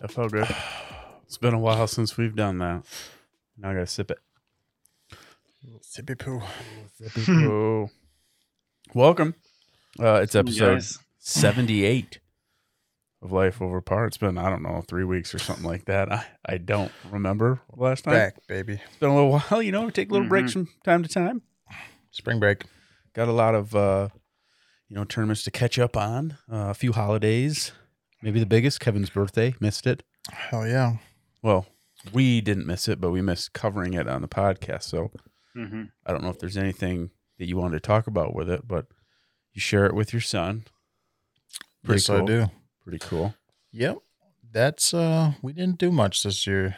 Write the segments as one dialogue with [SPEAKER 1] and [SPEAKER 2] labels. [SPEAKER 1] That felt good.
[SPEAKER 2] It's been a while since we've done that. Now I gotta sip it.
[SPEAKER 1] Sippy poo. Sippy poo.
[SPEAKER 2] Welcome. Uh, it's episode
[SPEAKER 3] Guys,
[SPEAKER 2] 78 of Life Over Par. It's been, I don't know, three weeks or something like that. I, I don't remember last time.
[SPEAKER 1] Back, baby.
[SPEAKER 2] It's been a little while, you know, we take little breaks
[SPEAKER 1] Mm-hmm.
[SPEAKER 2] from time to time.
[SPEAKER 1] Spring break.
[SPEAKER 2] Got a lot of, uh, you know, tournaments to catch up on, uh, a few holidays. Maybe the biggest, Kevin's birthday, missed it.
[SPEAKER 1] Hell yeah.
[SPEAKER 2] Well, we didn't miss it, but we missed covering it on the podcast. So
[SPEAKER 3] mhm.
[SPEAKER 2] I don't know if there's anything that you wanted to talk about with it, but you share it with your son. Pretty
[SPEAKER 1] Yes, I
[SPEAKER 2] cool.
[SPEAKER 1] do.
[SPEAKER 2] Pretty cool.
[SPEAKER 1] Yep. That's uh we didn't do much this year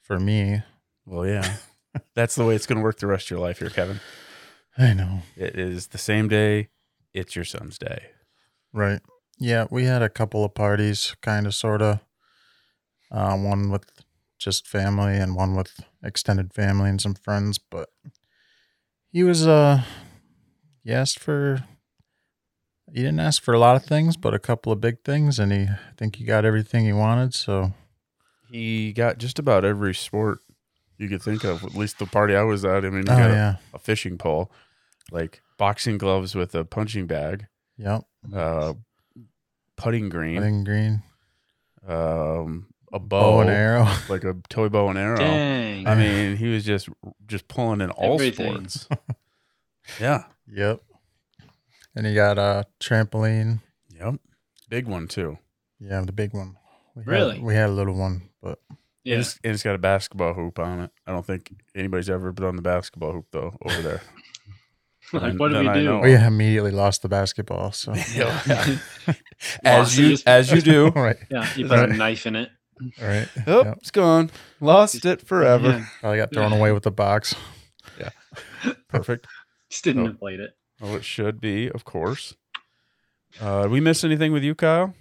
[SPEAKER 1] for me.
[SPEAKER 2] Well, yeah. That's the way it's going to work the rest of your life here, Kevin.
[SPEAKER 1] I know.
[SPEAKER 2] It is the same day. It's your son's day.
[SPEAKER 1] Right. Yeah, we had a couple of parties, kinda sorta. Uh one with just family and one with extended family and some friends, but he was uh he asked for he didn't ask for a lot of things, but a couple of big things and he I think he got everything he wanted, so
[SPEAKER 2] He got just about every sport you could think of. At least the party I was at. I mean, he
[SPEAKER 1] Oh
[SPEAKER 2] got a-
[SPEAKER 1] yeah.
[SPEAKER 2] a fishing pole, like boxing gloves with a punching bag,
[SPEAKER 1] Yep.
[SPEAKER 2] uh, putting green,
[SPEAKER 1] Putting green.
[SPEAKER 2] um, a bow,
[SPEAKER 1] Bow and arrow.
[SPEAKER 2] like a toy bow and arrow.
[SPEAKER 3] Dang.
[SPEAKER 2] I mean, he was just just pulling in all
[SPEAKER 3] Everything.
[SPEAKER 2] sports. yeah.
[SPEAKER 1] Yep. And he got a trampoline.
[SPEAKER 2] Yep. Big one too.
[SPEAKER 1] Yeah, the big one. We had-
[SPEAKER 3] Really?
[SPEAKER 1] we had a little one, but
[SPEAKER 2] And
[SPEAKER 3] yeah.
[SPEAKER 2] it's, and it's got a basketball hoop on it. I don't think anybody's ever put on the basketball hoop though over there.
[SPEAKER 3] like, what do
[SPEAKER 2] then
[SPEAKER 3] we
[SPEAKER 2] I know.
[SPEAKER 3] do?
[SPEAKER 1] we immediately lost the basketball. So
[SPEAKER 2] Yeah. as you
[SPEAKER 3] Lawsuits.
[SPEAKER 2] as you do.
[SPEAKER 1] all right,
[SPEAKER 3] Yeah, you put a knife in it.
[SPEAKER 1] all right.
[SPEAKER 2] Oh,
[SPEAKER 1] Yep.
[SPEAKER 2] it's gone. Lost it forever.
[SPEAKER 3] Yeah,
[SPEAKER 1] Probably got thrown away with the box.
[SPEAKER 2] Perfect.
[SPEAKER 3] just didn't
[SPEAKER 2] Oh.
[SPEAKER 3] inflate it.
[SPEAKER 2] Well, it should be, of course. Uh, did we miss anything with you, Kyle?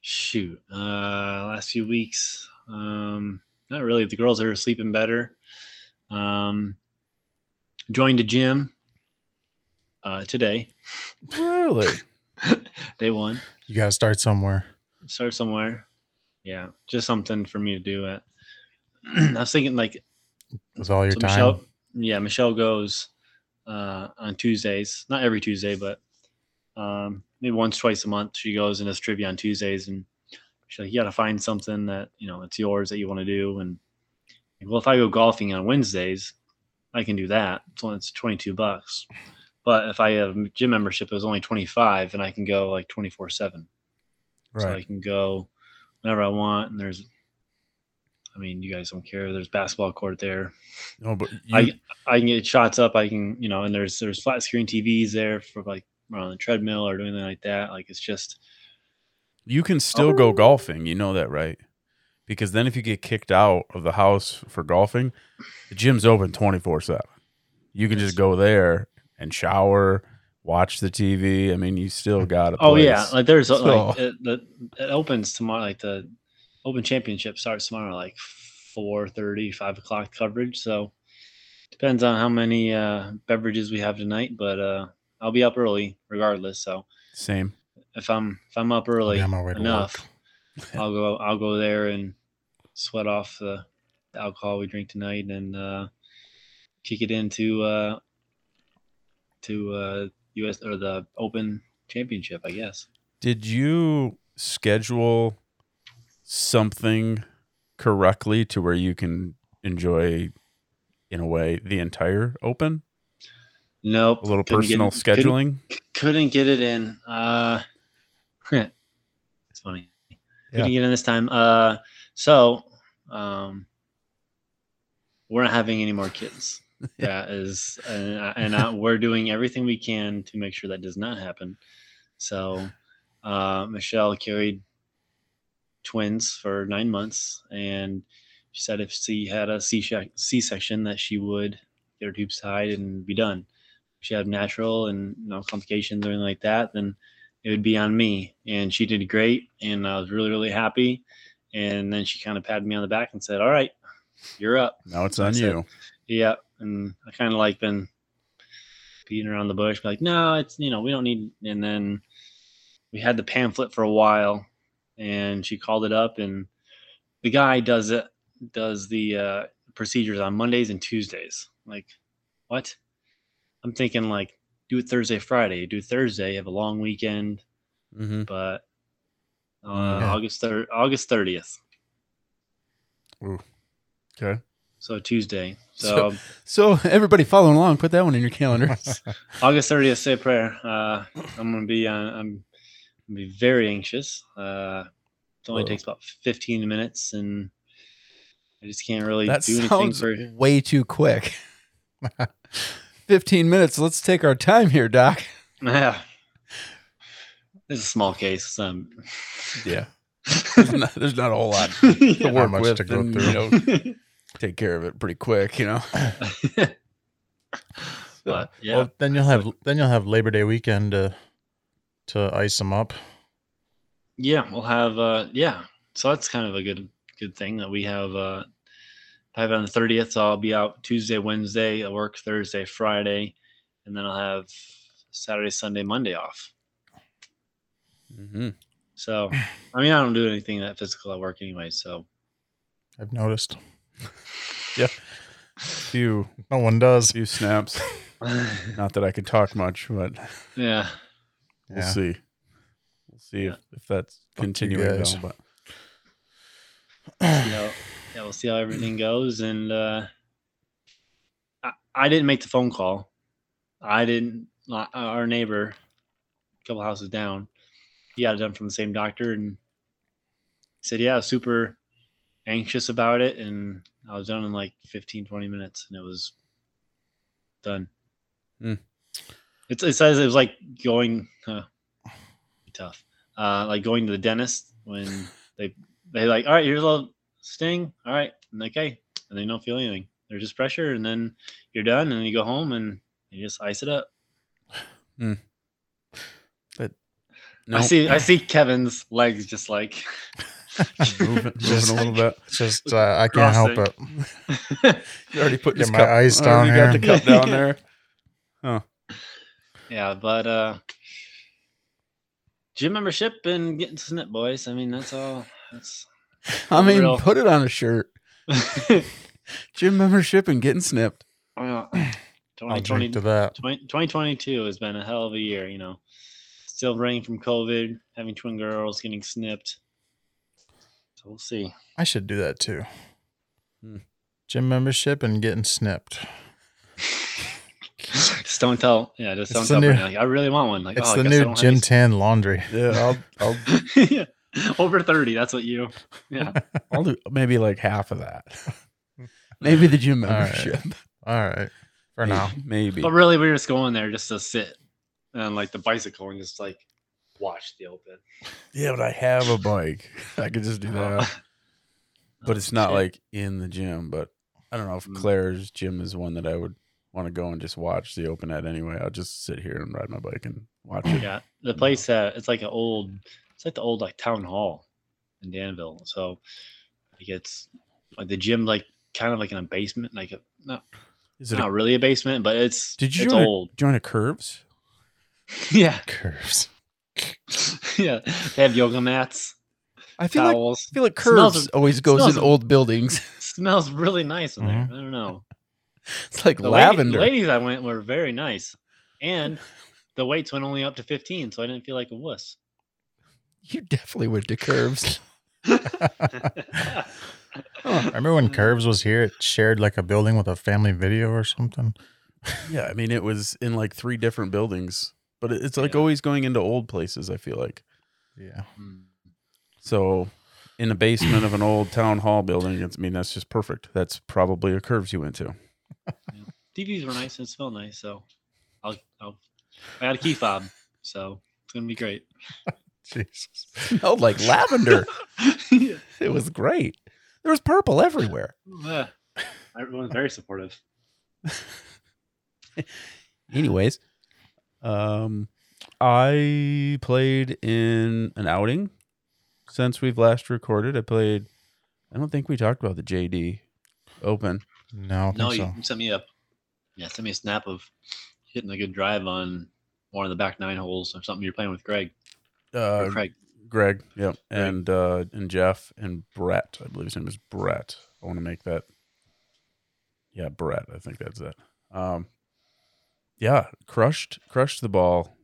[SPEAKER 3] Shoot. Uh, last few weeks, um, not really. The girls are sleeping better. Um, joined a gym uh, today,
[SPEAKER 2] Really?
[SPEAKER 3] day one.
[SPEAKER 1] You gotta start somewhere.
[SPEAKER 3] Start somewhere. Yeah, just something for me to do. At I was thinking like
[SPEAKER 1] With all your
[SPEAKER 3] So
[SPEAKER 1] time.
[SPEAKER 3] Michelle, yeah, Michelle goes uh, on Tuesdays, not every Tuesday, but um, maybe once, twice a month. She goes and does trivia on Tuesdays, and she's like, "You got to find something that you know it's yours that you want to do." And like, well, if I go golfing on Wednesdays, I can do that. It's only it's twenty two bucks. But if I have a gym membership, it's only twenty five, and I can go like twenty four seven. So I
[SPEAKER 1] right.
[SPEAKER 3] can go whenever I want. And there's, I mean, you guys don't care. There's basketball court there.
[SPEAKER 2] No, but you,
[SPEAKER 3] I can get shots up. I can, you know, and there's there's flat screen TVs there for like on the treadmill or doing anything like that. Like it's just
[SPEAKER 2] you can still
[SPEAKER 3] Oh.
[SPEAKER 2] go golfing. You know that, right? Because then if you get kicked out of the house for golfing, the gym's open 24 7. You can just go there and shower, watch the TV. I mean, you still got it.
[SPEAKER 3] oh yeah, like there's
[SPEAKER 2] So-
[SPEAKER 3] like it, the, it opens tomorrow. Like the Open Championship starts tomorrow, like 4:30, 5 o'clock coverage. So depends on how many uh, beverages we have tonight, but uh, I'll be up early regardless. So
[SPEAKER 2] Same.
[SPEAKER 3] if I'm if I'm up early
[SPEAKER 1] I'll be on my way to
[SPEAKER 3] enough,
[SPEAKER 1] work.
[SPEAKER 3] I'll go I'll go there and sweat off the, the alcohol we drink tonight and uh, kick it into uh, to uh, US or the Open Championship, I guess.
[SPEAKER 2] Did you schedule something correctly to where you can enjoy, in a way, the entire open?
[SPEAKER 3] Nope,
[SPEAKER 2] A little
[SPEAKER 3] couldn't get-
[SPEAKER 2] personal
[SPEAKER 3] couldn't-
[SPEAKER 2] scheduling?
[SPEAKER 3] Couldn't, get it in. Uh, it's funny. Couldn't get in this time. Uh, so um, we're not having any more kids. That is, and, I- and I, we're doing everything we can to make sure that does not happen. So, uh, Michelle carried twins for nine months, and she said if she had a C C section that she would get her tubes tied and be done. If she had natural and no complications or anything like that, then it would be on me. And she did great, and I was really really happy. And then she kind of patted me on the back and said, "All right, you're up."
[SPEAKER 2] Now it's on
[SPEAKER 3] That's
[SPEAKER 2] you.
[SPEAKER 3] Yeah, and I kind of like been beating around the bush, like, no, it's you know we don't need. And then we had the pamphlet for a while, and she called it up, and the guy does it does the uh, procedures on Mondays and Tuesdays. Like, what? I'm thinking like do it Thursday, Friday, do it Thursday, have a long weekend,
[SPEAKER 2] Mm-hmm.
[SPEAKER 3] but uh,
[SPEAKER 2] Yeah.
[SPEAKER 3] August thir- August thirtieth,
[SPEAKER 2] Okay.
[SPEAKER 3] so Tuesday.
[SPEAKER 2] So-
[SPEAKER 3] so
[SPEAKER 2] So everybody following along, put that one in your calendars.
[SPEAKER 3] August 30th, say a prayer. Uh, I'm gonna be on. I'm gonna be very anxious. Uh, it only
[SPEAKER 2] Whoa.
[SPEAKER 3] takes about 15 minutes, and I just can't really
[SPEAKER 2] that
[SPEAKER 3] do anything
[SPEAKER 2] sounds
[SPEAKER 3] for.
[SPEAKER 2] way too quick. Fifteen minutes. Let's take our time here, Doc.
[SPEAKER 3] Yeah, it's a small case. Um,
[SPEAKER 2] Yeah. there's, not, there's not a whole lot to
[SPEAKER 1] Not
[SPEAKER 2] work
[SPEAKER 1] much
[SPEAKER 2] with.
[SPEAKER 1] to go
[SPEAKER 2] and,
[SPEAKER 1] through.
[SPEAKER 2] You know, take care of it pretty quick. You know. So,
[SPEAKER 3] but yeah,
[SPEAKER 1] Well, then you'll have then you'll have Labor Day weekend to to ice them up.
[SPEAKER 3] yeah, we'll have. Uh, yeah, so that's kind of a good good thing that we have. Uh, I have it on the 30th, so I'll be out Tuesday, Wednesday. I work Thursday, Friday, and then I'll have Saturday, Sunday, Monday off.
[SPEAKER 1] Mm-hmm.
[SPEAKER 2] Mhm.
[SPEAKER 3] So, I mean, I don't do anything that physical at work anyway. So,
[SPEAKER 1] I've noticed
[SPEAKER 2] Few
[SPEAKER 1] no one does.
[SPEAKER 2] few snaps. Not that I can talk much, but
[SPEAKER 3] yeah,
[SPEAKER 2] we'll see. We'll see if, if that's
[SPEAKER 1] Fuck you
[SPEAKER 2] continuing
[SPEAKER 1] guys.
[SPEAKER 2] down. But
[SPEAKER 3] you know, yeah, we'll see how everything goes. And uh, I, I didn't make the phone call. I didn't. my- Our neighbor, a couple houses down, he got it done from the same doctor, and said, "Yeah, I was super anxious about it." And I was done in like 15, 20 minutes, and it was done.
[SPEAKER 2] Hmm.
[SPEAKER 3] It's, it says it was like going huh, tough, uh, like going to the dentist when they they like, all right, here's a little sting. All right, and okay, and they don't feel anything. They're just pressure, and then you're done, and you go home and you just ice it up.
[SPEAKER 2] no,
[SPEAKER 3] I see, I see Kevin's legs just like
[SPEAKER 2] moving, moving
[SPEAKER 1] Just-
[SPEAKER 2] a little bit.
[SPEAKER 1] It's just uh, I can't help it.
[SPEAKER 3] Crossing.
[SPEAKER 2] You already put
[SPEAKER 1] Get
[SPEAKER 2] your
[SPEAKER 1] my
[SPEAKER 2] cup-
[SPEAKER 1] eyes
[SPEAKER 2] already
[SPEAKER 1] down
[SPEAKER 2] got
[SPEAKER 1] here.
[SPEAKER 2] the cup down there.
[SPEAKER 3] yeah, but uh, gym membership and getting snip, boys. I mean, that's all. That's
[SPEAKER 2] I mean,
[SPEAKER 3] Real.
[SPEAKER 2] put it on a shirt.
[SPEAKER 3] Oh,
[SPEAKER 2] Gym membership and getting snipped.
[SPEAKER 3] well,
[SPEAKER 1] I'll drink
[SPEAKER 3] 2020,
[SPEAKER 1] to that.
[SPEAKER 3] 20 2022 has been a hell of a year. You know, still running from COVID, having twin girls, getting snipped. So we'll see.
[SPEAKER 1] I should do that too.
[SPEAKER 2] Hmm.
[SPEAKER 1] Gym membership and getting snipped.
[SPEAKER 3] Oh, just don't tell. Yeah, just don't
[SPEAKER 1] It's
[SPEAKER 3] tell.
[SPEAKER 1] the new-
[SPEAKER 3] Brittany, like, I really want one. Like,
[SPEAKER 1] It's
[SPEAKER 3] oh, I
[SPEAKER 1] the
[SPEAKER 3] guess I
[SPEAKER 1] new
[SPEAKER 3] don't have
[SPEAKER 1] gym tan laundry.
[SPEAKER 2] Yeah, I'll I'll
[SPEAKER 3] these- Yeah. Over thirty. That's what you. Yeah.
[SPEAKER 2] I'll do maybe like half of that. Maybe the gym
[SPEAKER 1] All right.
[SPEAKER 2] membership.
[SPEAKER 1] All right, for now.
[SPEAKER 2] Maybe.
[SPEAKER 3] But really, we were just going there just to sit and like the bicycle and just like watch the open.
[SPEAKER 2] Yeah, but I have a bike. I could just do that. But it's not
[SPEAKER 3] Shit.
[SPEAKER 2] like in the gym. But I don't know if
[SPEAKER 3] Mm.
[SPEAKER 2] Claire's gym is one that I would want to go and just watch the open at anyway. I'll just sit here and ride my bike and watch it.
[SPEAKER 3] Yeah, the place that it's like an old, it's like the old like town hall in Danville. So like it's like the gym like kind of like in a basement, like a, not
[SPEAKER 2] Is it?
[SPEAKER 3] not
[SPEAKER 2] A,
[SPEAKER 3] really a basement, but it's
[SPEAKER 2] Did you
[SPEAKER 3] it's
[SPEAKER 2] join a-
[SPEAKER 3] old.
[SPEAKER 2] join a curves?
[SPEAKER 3] yeah,
[SPEAKER 1] Curves.
[SPEAKER 3] yeah. They have yoga mats,
[SPEAKER 2] I feel like
[SPEAKER 3] towels.
[SPEAKER 2] I feel like
[SPEAKER 3] Smells-
[SPEAKER 2] curves always goes
[SPEAKER 3] smells-
[SPEAKER 2] in old buildings.
[SPEAKER 3] smells really nice in
[SPEAKER 2] Mm-hmm.
[SPEAKER 3] there. I don't know.
[SPEAKER 2] it's like
[SPEAKER 3] The lady-
[SPEAKER 2] lavender.
[SPEAKER 3] the ladies I went were very nice, and the weights went only up to 15, so I didn't feel like a wuss.
[SPEAKER 2] You definitely went to curves. Huh.
[SPEAKER 1] Remember when Curves was here? It shared like a building with a family video or something.
[SPEAKER 2] Yeah, I mean it was in like three different buildings, but it- it's like
[SPEAKER 3] Yeah.
[SPEAKER 2] always going into old places. I feel like
[SPEAKER 1] Yeah.
[SPEAKER 2] so in the basement of an old town hall building. It's, I mean that's just perfect. That's probably a curves you went to.
[SPEAKER 3] TVs were nice and smelled nice, so I'll, I'll I got a key fob, so it's gonna be great.
[SPEAKER 1] Jesus.
[SPEAKER 2] Smelled like lavender.
[SPEAKER 4] it was great. There was purple everywhere.
[SPEAKER 3] Ugh. Everyone's very supportive.
[SPEAKER 4] Anyways,
[SPEAKER 2] Um, I played in an outing since we've last recorded. I played. I don't think we talked about the JD Open.
[SPEAKER 1] No, I think
[SPEAKER 3] No,
[SPEAKER 1] so.
[SPEAKER 3] you you sent me a yeah, sent me a snap of hitting a good drive on one of the back nine holes or something you're playing with Greg. or
[SPEAKER 2] Uh,
[SPEAKER 3] Craig.
[SPEAKER 2] Greg, yep, and uh, and Jeff and Brett. I believe his name is Brett. I want to make that. Yeah, Brett. I think that's it. Um, yeah, crushed crushed the ball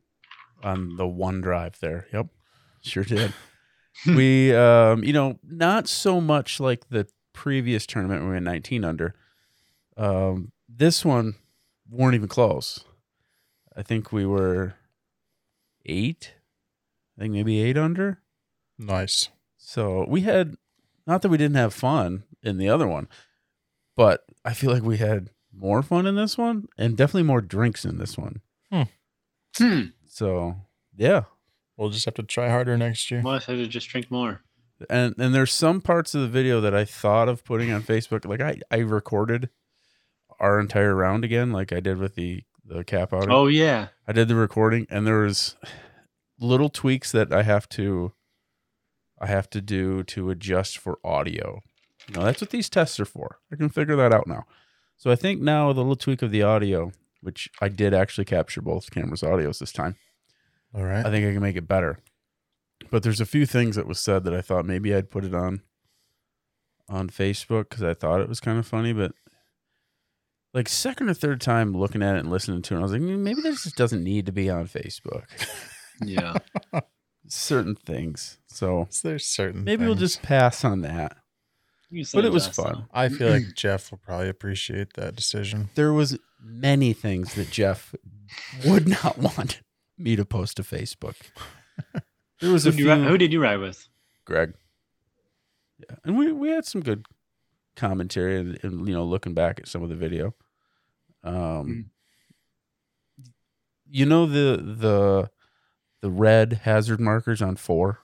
[SPEAKER 2] on the one drive there. Yep, sure did. we, um, you know, not so much like the previous tournament when we went 19 under. Um, this one weren't even close. I think we were eight. I think maybe eight under.
[SPEAKER 1] Nice.
[SPEAKER 2] So we had, not that we didn't have fun in the other one, but I feel like we had more fun in this one and definitely more drinks in this one.
[SPEAKER 3] Hmm.
[SPEAKER 2] So yeah,
[SPEAKER 1] We'll just have to try harder next year.
[SPEAKER 3] Must have to just drink more.
[SPEAKER 2] and and there's some parts of the video that I thought of putting on Facebook. Like I I recorded our entire round again, like I did with the the cap out.
[SPEAKER 3] Oh yeah.
[SPEAKER 2] I did the recording and there was little tweaks that I have to I have to do to adjust for audio. You know, that's what these tests are for. I can figure that out now. So I think now the little tweak of the audio, which I did actually capture both cameras' audios this time.
[SPEAKER 1] All
[SPEAKER 2] I
[SPEAKER 1] right.
[SPEAKER 2] think I can make it better. But there's a few things that was said that I thought maybe I'd put it on on Facebook because I thought it was kind of funny, but like second or third time looking at it and listening to it, I was like, "Mm, maybe this just doesn't need to be on Facebook.
[SPEAKER 3] Yeah.
[SPEAKER 2] Certain things. So
[SPEAKER 1] There's certain.
[SPEAKER 2] maybe we'll
[SPEAKER 1] things.
[SPEAKER 2] just pass on that.
[SPEAKER 3] You can send
[SPEAKER 2] But it was
[SPEAKER 3] to us, though.
[SPEAKER 2] fun.
[SPEAKER 1] I feel like Jeff will probably appreciate that decision.
[SPEAKER 2] There was many things that Jeff would not want me to post to Facebook. There was
[SPEAKER 3] Who,
[SPEAKER 2] a
[SPEAKER 3] do you ri-
[SPEAKER 2] few-
[SPEAKER 3] who did you ride with?
[SPEAKER 2] Greg. Yeah, and we we had some good commentary and, and you know looking back at some of the video. Um, you know the the the red hazard markers on four,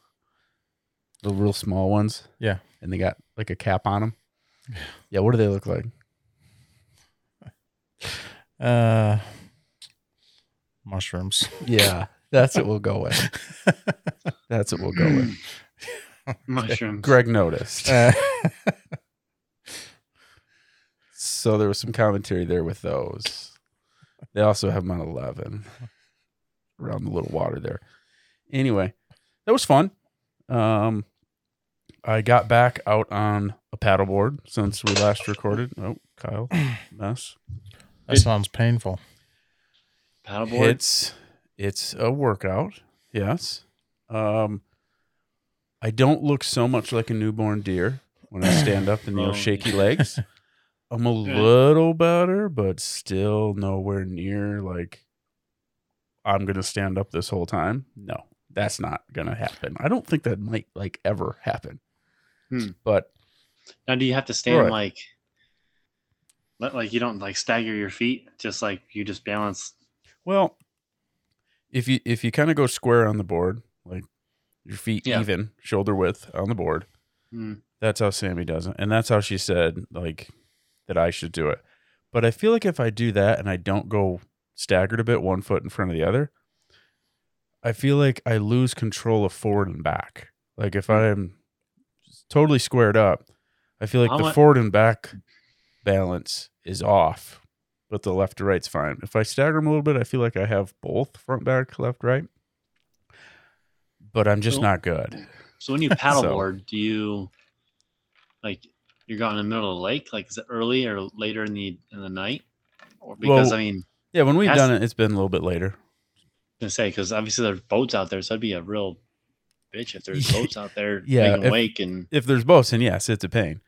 [SPEAKER 2] the real small ones.
[SPEAKER 1] Yeah.
[SPEAKER 2] and they got like a cap on them. Yeah, what do they look like?
[SPEAKER 1] Uh, mushrooms.
[SPEAKER 2] Yeah, that's what we'll go with. That's what we'll go with.
[SPEAKER 3] Mushrooms.
[SPEAKER 2] Greg noticed.
[SPEAKER 1] Uh,
[SPEAKER 2] So there was some commentary there with those. They also have them on 11 around the little water there. Anyway, that was fun. Um, I got back out on a paddleboard since we last recorded. Oh, Kyle, mess.
[SPEAKER 1] that sounds painful.
[SPEAKER 3] Paddleboard.
[SPEAKER 2] It's it's a workout. Yes. Um, I don't look so much like a newborn deer when I stand up and you know
[SPEAKER 3] Oh.
[SPEAKER 2] shaky legs. I'm a
[SPEAKER 3] Good.
[SPEAKER 2] little better, but still nowhere near like I'm gonna stand up this whole time. No, that's not gonna happen. I don't think that might like ever happen.
[SPEAKER 3] Hmm.
[SPEAKER 2] But
[SPEAKER 3] Now, do you have to stand
[SPEAKER 2] Right.
[SPEAKER 3] like, let, like you don't like stagger your feet, just like you just balance?
[SPEAKER 2] well, if you if you kind of go square on the board, like your feet
[SPEAKER 3] Yeah.
[SPEAKER 2] even, shoulder width on the board,
[SPEAKER 3] Hmm.
[SPEAKER 2] That's how Sammy does it. And that's how she said, like, that I should do it. But I feel like if I do that and I don't go staggered a bit, one foot in front of the other, I feel like I lose control of forward and back. Like, if I'm totally squared up, I feel like
[SPEAKER 3] How
[SPEAKER 2] the
[SPEAKER 3] mu-
[SPEAKER 2] forward and back balance is off, but the left to right's fine. If I stagger them a little bit, I feel like I have both front, back, left, right. But I'm just
[SPEAKER 3] Cool.
[SPEAKER 2] not good.
[SPEAKER 3] So when you paddleboard, do you like you're going in the middle of the lake? Like is it early or later in the in the night? Or because
[SPEAKER 2] Well-
[SPEAKER 3] I mean,
[SPEAKER 2] Yeah, when we've
[SPEAKER 3] Has-
[SPEAKER 2] done it, it's been a little bit later.
[SPEAKER 3] I was gonna say because obviously there's boats out there, so that'd be a real bitch if there's boats out there
[SPEAKER 2] Yeah,
[SPEAKER 3] making
[SPEAKER 2] if-
[SPEAKER 3] wake and
[SPEAKER 2] if there's boats, then yes, it's a pain.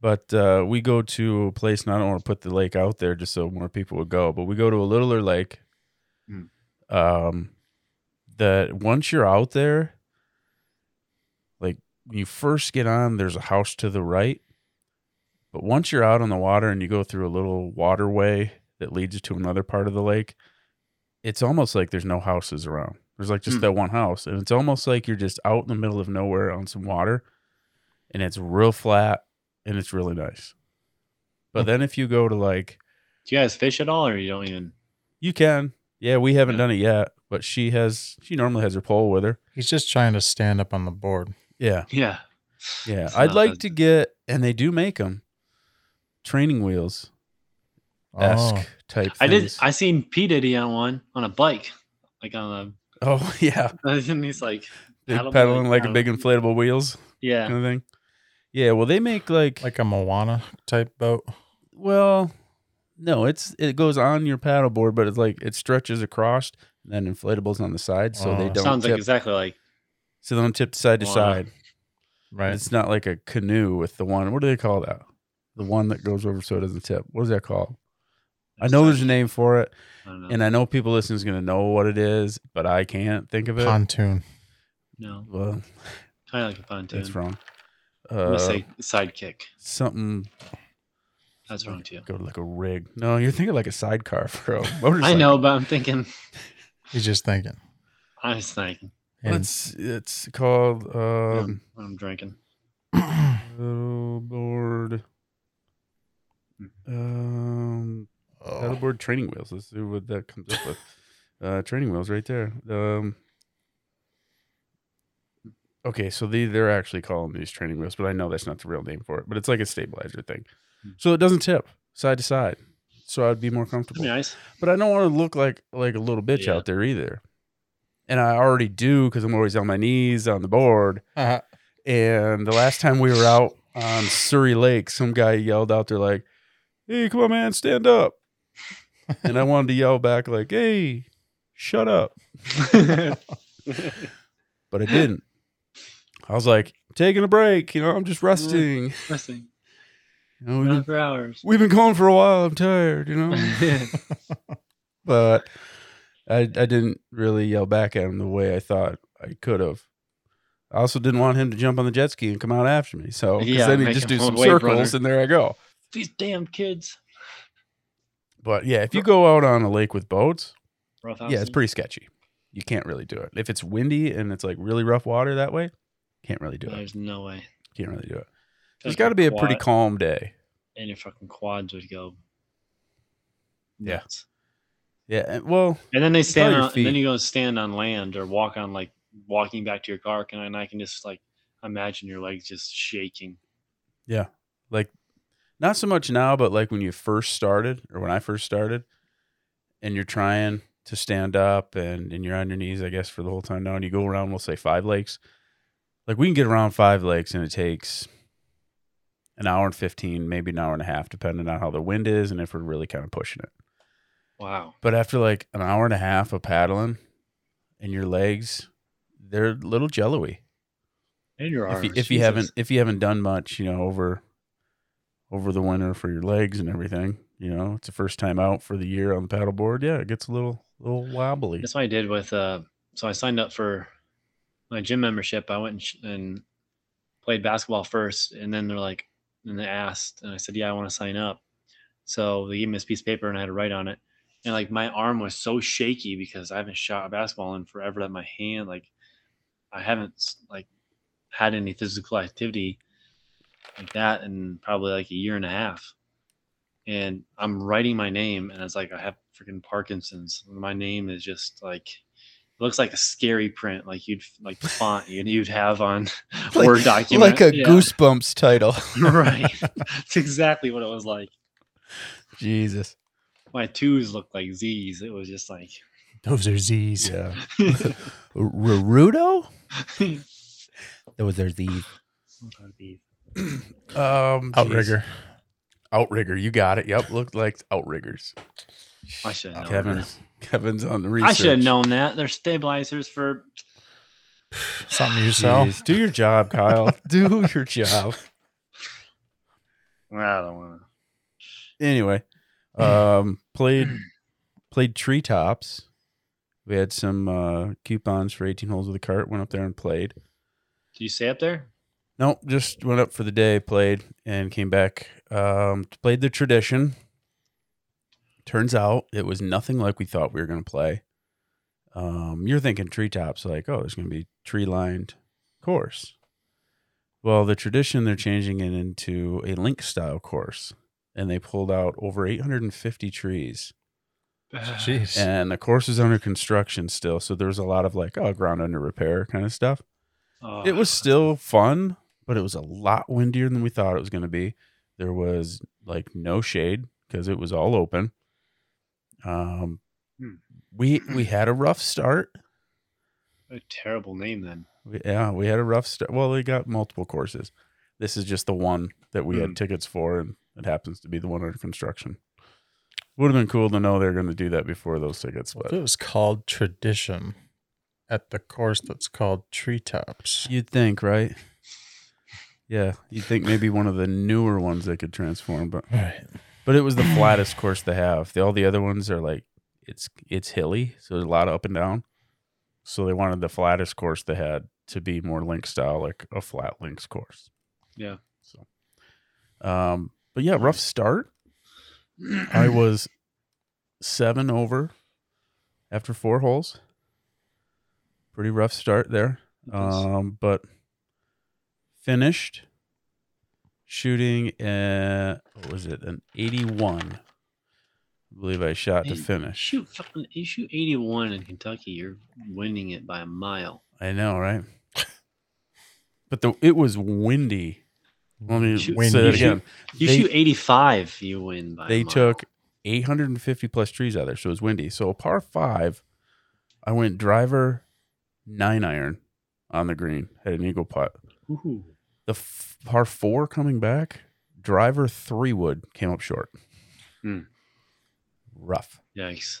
[SPEAKER 2] But uh, we go to a place, and I don't want to put the lake out there just so more people would go. But we go to a littler lake.
[SPEAKER 3] Hmm.
[SPEAKER 2] Um, that once you're out there, like when you first get on, there's a house to the right. But once you're out on the water and you go through a little waterway that leads you to another part of the lake, it's almost like there's no houses around. There's like just
[SPEAKER 3] Hmm.
[SPEAKER 2] that one house, and it's almost like you're just out in the middle of nowhere on some water and it's real flat and it's really nice. But then if you go to like
[SPEAKER 3] Do you guys fish at all, or you don't even?
[SPEAKER 2] you can, yeah, we haven't
[SPEAKER 3] Yeah.
[SPEAKER 2] done it yet, but she has she normally has her pole with her.
[SPEAKER 1] He's just trying to stand up on the board.
[SPEAKER 2] Yeah.
[SPEAKER 3] Yeah.
[SPEAKER 2] Yeah.
[SPEAKER 3] It's
[SPEAKER 2] I'd
[SPEAKER 3] not
[SPEAKER 2] like
[SPEAKER 3] a-
[SPEAKER 2] to get and they do make them training wheels esque
[SPEAKER 1] Oh,
[SPEAKER 2] type
[SPEAKER 3] I did.
[SPEAKER 2] things.
[SPEAKER 3] I seen P Diddy on one on a bike, like on
[SPEAKER 2] oh yeah.
[SPEAKER 3] a. And he's like
[SPEAKER 2] They're
[SPEAKER 3] Paddle board,
[SPEAKER 2] pedaling like a
[SPEAKER 3] paddle-
[SPEAKER 2] big inflatable wheels
[SPEAKER 3] Yeah.
[SPEAKER 2] kind of thing. Yeah, well they make like
[SPEAKER 1] like a Moana type boat.
[SPEAKER 2] Well, no, it's it goes on your paddleboard, but it's like it stretches across and then inflatables on the side, so they
[SPEAKER 1] Oh.
[SPEAKER 2] don't
[SPEAKER 3] Sounds
[SPEAKER 2] tip,
[SPEAKER 3] like exactly like
[SPEAKER 2] so they don't tip side to
[SPEAKER 3] Wow.
[SPEAKER 2] side.
[SPEAKER 1] Right.
[SPEAKER 2] It's not like a canoe with the one. What do they call that? The one that goes over so it doesn't tip. What is that called? I know there's a name for it,
[SPEAKER 3] I don't know.
[SPEAKER 2] and I know people listening is gonna know what it is, but I can't think of it.
[SPEAKER 1] Pontoon.
[SPEAKER 3] no,
[SPEAKER 2] well,
[SPEAKER 3] kind of like a pontoon.
[SPEAKER 2] that's wrong.
[SPEAKER 3] I'm gonna
[SPEAKER 2] Uh,
[SPEAKER 3] say sidekick.
[SPEAKER 2] something
[SPEAKER 3] That's wrong too.
[SPEAKER 2] go to like a rig. No, you're thinking like a sidecar for a motorcycle.
[SPEAKER 3] I know, but I'm thinking.
[SPEAKER 1] He's just thinking.
[SPEAKER 3] I was thinking.
[SPEAKER 1] And-
[SPEAKER 2] It's it's called um,
[SPEAKER 3] Um, I'm drinking.
[SPEAKER 2] Paddleboard.
[SPEAKER 3] Mm.
[SPEAKER 2] Um,
[SPEAKER 1] Oh,
[SPEAKER 2] paddleboard training wheels. Let's see what that comes up with. Uh, training wheels right there. Um, okay, so they they're actually calling these training wheels, but I know that's not the real name for it. But it's like a stabilizer thing, so it doesn't tip side to side. So I'd be more
[SPEAKER 3] That'd
[SPEAKER 2] comfortable
[SPEAKER 3] be nice.
[SPEAKER 2] but I don't want to look like like a little bitch
[SPEAKER 3] Yeah.
[SPEAKER 2] out there either. And I already do because I'm always on my knees on the board.
[SPEAKER 1] Uh-huh.
[SPEAKER 2] And the last time we were out on Surrey Lake, some guy yelled out there like, "Hey, come on, man, stand up!" and I wanted to yell back like, "Hey, shut up!" But I didn't. I was like, "Taking a break, you know. I'm just resting.
[SPEAKER 3] Resting.
[SPEAKER 2] You know, we've,
[SPEAKER 3] Not
[SPEAKER 2] been,
[SPEAKER 3] for hours.
[SPEAKER 2] we've been going for a while. I'm tired, you know." but I I didn't really yell back at him the way I thought I could have. I also didn't want him to jump on the jet ski and come out after me. So 'cause
[SPEAKER 3] Yeah,
[SPEAKER 2] then he'd
[SPEAKER 3] make
[SPEAKER 2] just
[SPEAKER 3] him
[SPEAKER 2] do some
[SPEAKER 3] away,
[SPEAKER 2] circles
[SPEAKER 3] brother.
[SPEAKER 2] and there I go.
[SPEAKER 3] These damn kids.
[SPEAKER 2] But yeah, if you go out on a lake with boats,
[SPEAKER 3] Rough
[SPEAKER 2] yeah, it's pretty sketchy. You can't really do it. If it's windy and it's like really rough water that way, can't really do it.
[SPEAKER 3] There's no way.
[SPEAKER 2] Can't really do it. There's
[SPEAKER 3] Like
[SPEAKER 2] got to be a pretty
[SPEAKER 3] quad-
[SPEAKER 2] calm day.
[SPEAKER 3] And your fucking quads would go.
[SPEAKER 2] Yeah.
[SPEAKER 3] nuts.
[SPEAKER 2] Yeah. and- Well,
[SPEAKER 3] And then they
[SPEAKER 2] It's all
[SPEAKER 3] stand
[SPEAKER 2] your
[SPEAKER 3] on, and then
[SPEAKER 2] feet.
[SPEAKER 3] you go stand on land or walk on like walking back to your car, and I, and I can just like imagine your legs just shaking.
[SPEAKER 2] not so much now, but like when you first started or when I first started and you're trying to stand up and, and you're on your knees, I guess, for the whole time now, and you go around, we'll say five lakes. Like we can get around five lakes and it takes an hour and 15, maybe an hour and a half, depending on how the wind is and if we're really kind of pushing it.
[SPEAKER 3] Wow.
[SPEAKER 2] But after like an hour and a half of paddling and your legs, they're a little jello-y
[SPEAKER 3] And your
[SPEAKER 2] if
[SPEAKER 3] arms.
[SPEAKER 2] you, if you
[SPEAKER 3] Oh, Jesus.
[SPEAKER 2] haven't if you haven't done much you know over over the winter for your legs and everything you know it's the first time out for the year on the paddleboard yeah it gets a little little wobbly
[SPEAKER 3] That's what I did with. Uh, so I signed up for my gym membership. I went and, sh- and played basketball first, and then they're like, and they asked, and I said, "Yeah, I want to sign up." So they gave me this piece of paper, and I had to write on it. And like my arm was so shaky because I haven't shot a basketball in forever. That my hand, like, I haven't s- like had any physical activity like that in probably like a year and a half. And I'm writing my name, and it's like I have freaking Parkinson's. My name is just like it looks like a scary print, like you'd like the font you'd, you'd have on
[SPEAKER 4] Like-
[SPEAKER 3] Word document,
[SPEAKER 4] Like a
[SPEAKER 3] Yeah.
[SPEAKER 4] Goosebumps title.
[SPEAKER 3] right. It's exactly what it was like.
[SPEAKER 4] Jesus.
[SPEAKER 3] My twos looked like Z's. It was just like
[SPEAKER 1] Those are Z's.
[SPEAKER 4] Yeah. Rurudo? Those are the
[SPEAKER 2] um
[SPEAKER 1] Outrigger.
[SPEAKER 2] outrigger you got it yep looked like outriggers
[SPEAKER 3] I should have known. that.
[SPEAKER 2] kevin's kevin's on the research
[SPEAKER 3] I should have known that. They're stabilizers for
[SPEAKER 1] Something you sell.
[SPEAKER 2] Jeez, do your job kyle do your job
[SPEAKER 3] I don't want to.
[SPEAKER 2] anyway um played played treetops we had some uh coupons for 18 holes with a cart went up there and played
[SPEAKER 3] Do you stay up there?
[SPEAKER 2] Nope, just went up for the day, played, and came back. Um, played the tradition. Turns out it was nothing like we thought we were going to play. Um, you're thinking treetops, like, oh, there's going to be tree lined course. Well, the tradition they're changing it into a link style course, and they pulled out over 850 trees.
[SPEAKER 1] Jeez.
[SPEAKER 2] And the course is under construction still, so there was a lot of like oh ground under repair kind of stuff.
[SPEAKER 3] Oh,
[SPEAKER 2] It was still fun, but it was a lot windier than we thought it was going to be. There was like no shade because it was all open. Um,
[SPEAKER 3] Hmm.
[SPEAKER 2] we we had a rough start.
[SPEAKER 3] a terrible name then.
[SPEAKER 2] We- Yeah, we had a rough start. Well, they got multiple courses. This is just the one that we had tickets for, and it happens to be the one under construction. Would have been cool to know they're going to do that before those tickets,
[SPEAKER 1] What if it
[SPEAKER 2] but
[SPEAKER 1] was called tradition at the course that's called treetops?
[SPEAKER 2] you'd think, right? Yeah, you'd think maybe one of the newer ones they could transform, but
[SPEAKER 1] Right.
[SPEAKER 2] but it was the flattest course they have. The, all the other ones are like it's it's hilly, so there's a lot of up and down. So they wanted the flattest course they had to be more link style, like a flat links course.
[SPEAKER 3] Yeah.
[SPEAKER 2] So, um, but yeah, rough start. I was seven over after four holes. Pretty rough start there. Um, but finished shooting at what was it? An 81. I believe I shot to
[SPEAKER 3] Hey,
[SPEAKER 2] finish.
[SPEAKER 3] shoot, fucking, you shoot 81 in Kentucky. You're winning it by a mile.
[SPEAKER 2] I know, right? but the it was windy. Let me
[SPEAKER 3] Shoot-
[SPEAKER 2] say that
[SPEAKER 3] you shoot-
[SPEAKER 2] again.
[SPEAKER 3] You
[SPEAKER 2] They-
[SPEAKER 3] shoot 85, you win by a
[SPEAKER 2] they
[SPEAKER 3] mile.
[SPEAKER 2] took 850 plus trees out there, so it was windy. So a par five, I went driver nine iron on the green, had an eagle putt.
[SPEAKER 3] Ooh.
[SPEAKER 2] The f- par four coming back, driver three wood came up short.
[SPEAKER 3] Hmm.
[SPEAKER 2] Rough.
[SPEAKER 3] Yikes.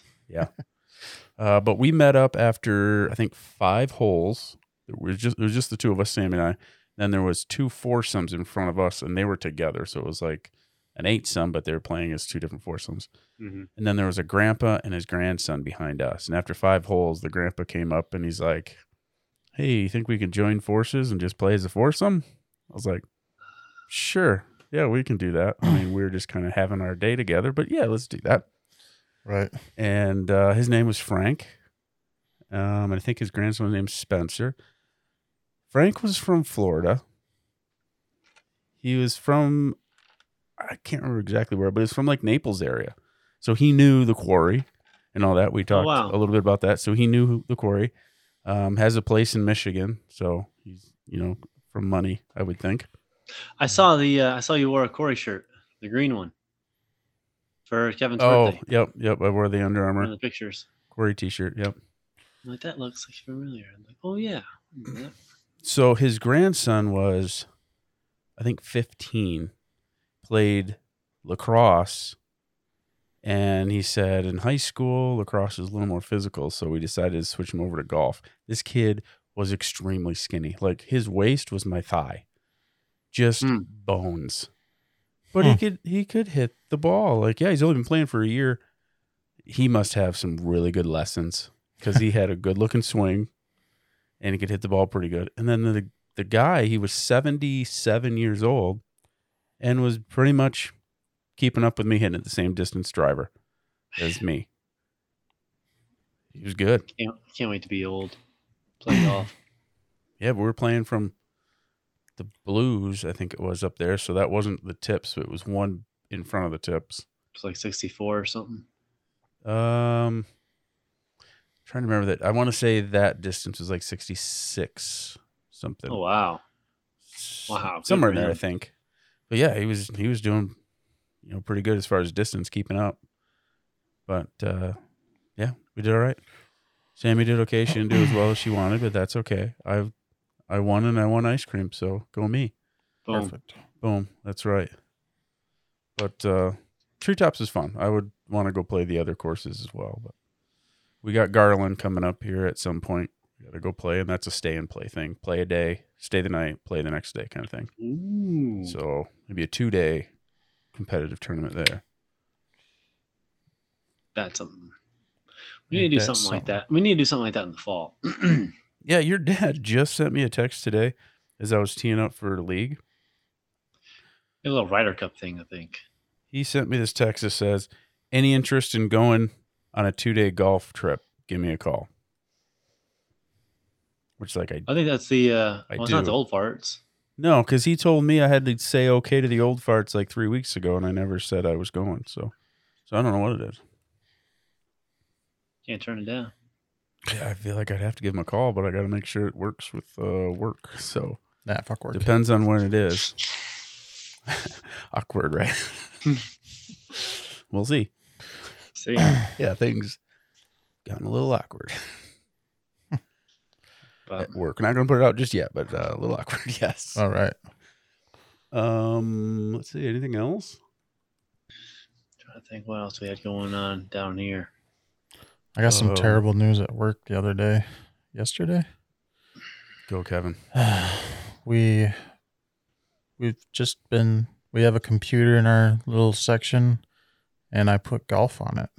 [SPEAKER 2] Uh, but we met up after I think five holes. There was just there was just the two of us, Sam and I. Then there was two foursomes in front of us, and they were together, so it was like an eight some, but they were playing as two different foursomes.
[SPEAKER 3] Mhm.
[SPEAKER 2] And then there was a grandpa and his grandson behind us. And after five holes, the grandpa came up and he's like, "Hey, you think we can join forces and just play as a foursome?" I was like, "Sure, yeah, we can do that." I mean, we were just kind of having our day together, but yeah, let's do that
[SPEAKER 1] Right.
[SPEAKER 2] and uh, his name was Frank. Um, and I think his grandson's name's Spencer. Frank was from Florida. He was from, I can't remember exactly where, but it's from like Naples area. So he knew the quarry and all that. We talked
[SPEAKER 3] wow.
[SPEAKER 2] a little bit about that. So he knew who- the quarry. Um, has a place in Michigan, so he's you know from money, I would think.
[SPEAKER 3] I saw the uh, I saw you wore a Corey shirt, the green one, for Kevin's
[SPEAKER 2] Oh,
[SPEAKER 3] birthday.
[SPEAKER 2] yep, yep. I wore the Under
[SPEAKER 3] One of
[SPEAKER 2] Armour
[SPEAKER 3] the pictures.
[SPEAKER 2] quarry T-shirt. Yep.
[SPEAKER 3] I'm like that looks like familiar. I'm like, oh yeah. I remember that.
[SPEAKER 2] so his grandson was i think 15 played lacrosse and he said in high school lacrosse is a little more physical so we decided to switch him over to golf this kid was extremely skinny like his waist was my thigh just
[SPEAKER 3] Hmm.
[SPEAKER 2] bones but he
[SPEAKER 1] Hmm.
[SPEAKER 2] could he could hit the ball like yeah he's only been playing for a year he must have some really good lessons because he had a good looking swing and he could hit the ball pretty good. And then the the guy, he was 77 years old and was pretty much keeping up with me hitting at the same distance driver as me. He was good.
[SPEAKER 3] Can't, can't wait to be old. Play golf.
[SPEAKER 2] Yeah, but we were playing from the blues, I think it was up there. So that wasn't the tips, but it was one in front of the tips.
[SPEAKER 3] It's like 64 or something.
[SPEAKER 2] Um trying to remember that. I want to say that distance was like 66 something.
[SPEAKER 3] Oh wow. Wow, good
[SPEAKER 2] somewhere
[SPEAKER 3] for
[SPEAKER 2] in there, I
[SPEAKER 3] him.
[SPEAKER 2] think. But yeah, he was he was doing, you know, pretty good as far as distance keeping up. But uh, yeah, we did all right. Sammy did okay. She didn't do as well as she wanted, but that's okay. I I won and I won ice cream, so go me.
[SPEAKER 3] Boom.
[SPEAKER 1] Perfect.
[SPEAKER 2] Boom. That's right. But uh Treetops is fun. I would want to go play the other courses as well. But we got Garland coming up here at some point. We gotta go play, and that's a stay and play thing. Play a day, stay the night, play the next day kind of thing.
[SPEAKER 3] Ooh.
[SPEAKER 2] So maybe a two day competitive tournament there.
[SPEAKER 3] that's something. We
[SPEAKER 2] Ain't
[SPEAKER 3] need to do
[SPEAKER 2] that
[SPEAKER 3] something, like that. We need to do something like that in the fall.
[SPEAKER 2] Yeah, your dad just sent me a text today as I was teeing up for league.
[SPEAKER 3] A little Ryder Cup thing, I think.
[SPEAKER 2] He sent me this text that says, Any interest in going on a two day golf trip? Give me a call. Which like I
[SPEAKER 3] I think that's the. Uh,
[SPEAKER 2] I
[SPEAKER 3] well, it's not
[SPEAKER 2] do.
[SPEAKER 3] the old farts.
[SPEAKER 2] No, because he told me I had to say okay to the old farts like three weeks ago, and I never said I was going. So, so I don't know what it is.
[SPEAKER 3] Can't turn it down.
[SPEAKER 2] Yeah, I feel like I'd have to give him a call, but I got to make sure it works with uh, work. So
[SPEAKER 1] Nah, fuck work.
[SPEAKER 2] depends on when it is. Awkward, right? we'll see.
[SPEAKER 3] See,
[SPEAKER 2] Yeah, things gotten a little awkward
[SPEAKER 3] but
[SPEAKER 2] at work. Not gonna put it out just yet, but uh, a little awkward. Yes.
[SPEAKER 1] All right.
[SPEAKER 2] Uh, Um, let's see. Anything else?
[SPEAKER 3] trying to think what else we had going on down here.
[SPEAKER 1] I got some
[SPEAKER 2] Oh.
[SPEAKER 1] terrible news at work the other day. Yesterday,
[SPEAKER 2] Go, Kevin.
[SPEAKER 1] we we've just been we have a computer in our little section, and I put golf on it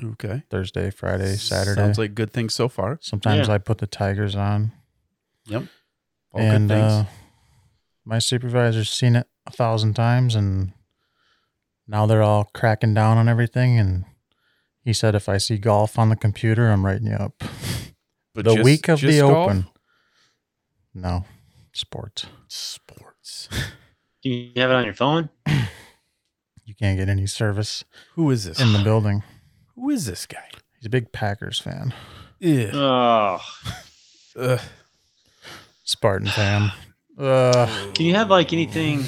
[SPEAKER 2] Okay.
[SPEAKER 1] Thursday, Friday, Saturday.
[SPEAKER 2] Sounds like good things so far.
[SPEAKER 1] Sometimes
[SPEAKER 3] Yeah.
[SPEAKER 1] I put the Tigers on,
[SPEAKER 2] All
[SPEAKER 1] and
[SPEAKER 2] good things.
[SPEAKER 1] uh, my supervisor's seen it a thousand times, and now they're all cracking down on everything. And he said, if I see golf on the computer, I'm writing you up.
[SPEAKER 2] but
[SPEAKER 1] the
[SPEAKER 2] just-
[SPEAKER 1] week of the
[SPEAKER 2] just golf?
[SPEAKER 1] Open. No, sports.
[SPEAKER 2] Sports.
[SPEAKER 3] Do you have it on your phone?
[SPEAKER 1] You can't get any service
[SPEAKER 2] Who is this?
[SPEAKER 1] in the building.
[SPEAKER 2] Who is this guy?
[SPEAKER 1] He's a big Packers fan,
[SPEAKER 2] Ugh.
[SPEAKER 3] Oh,
[SPEAKER 2] Ugh.
[SPEAKER 1] Spartan fan. Uh,
[SPEAKER 3] can you have like anything?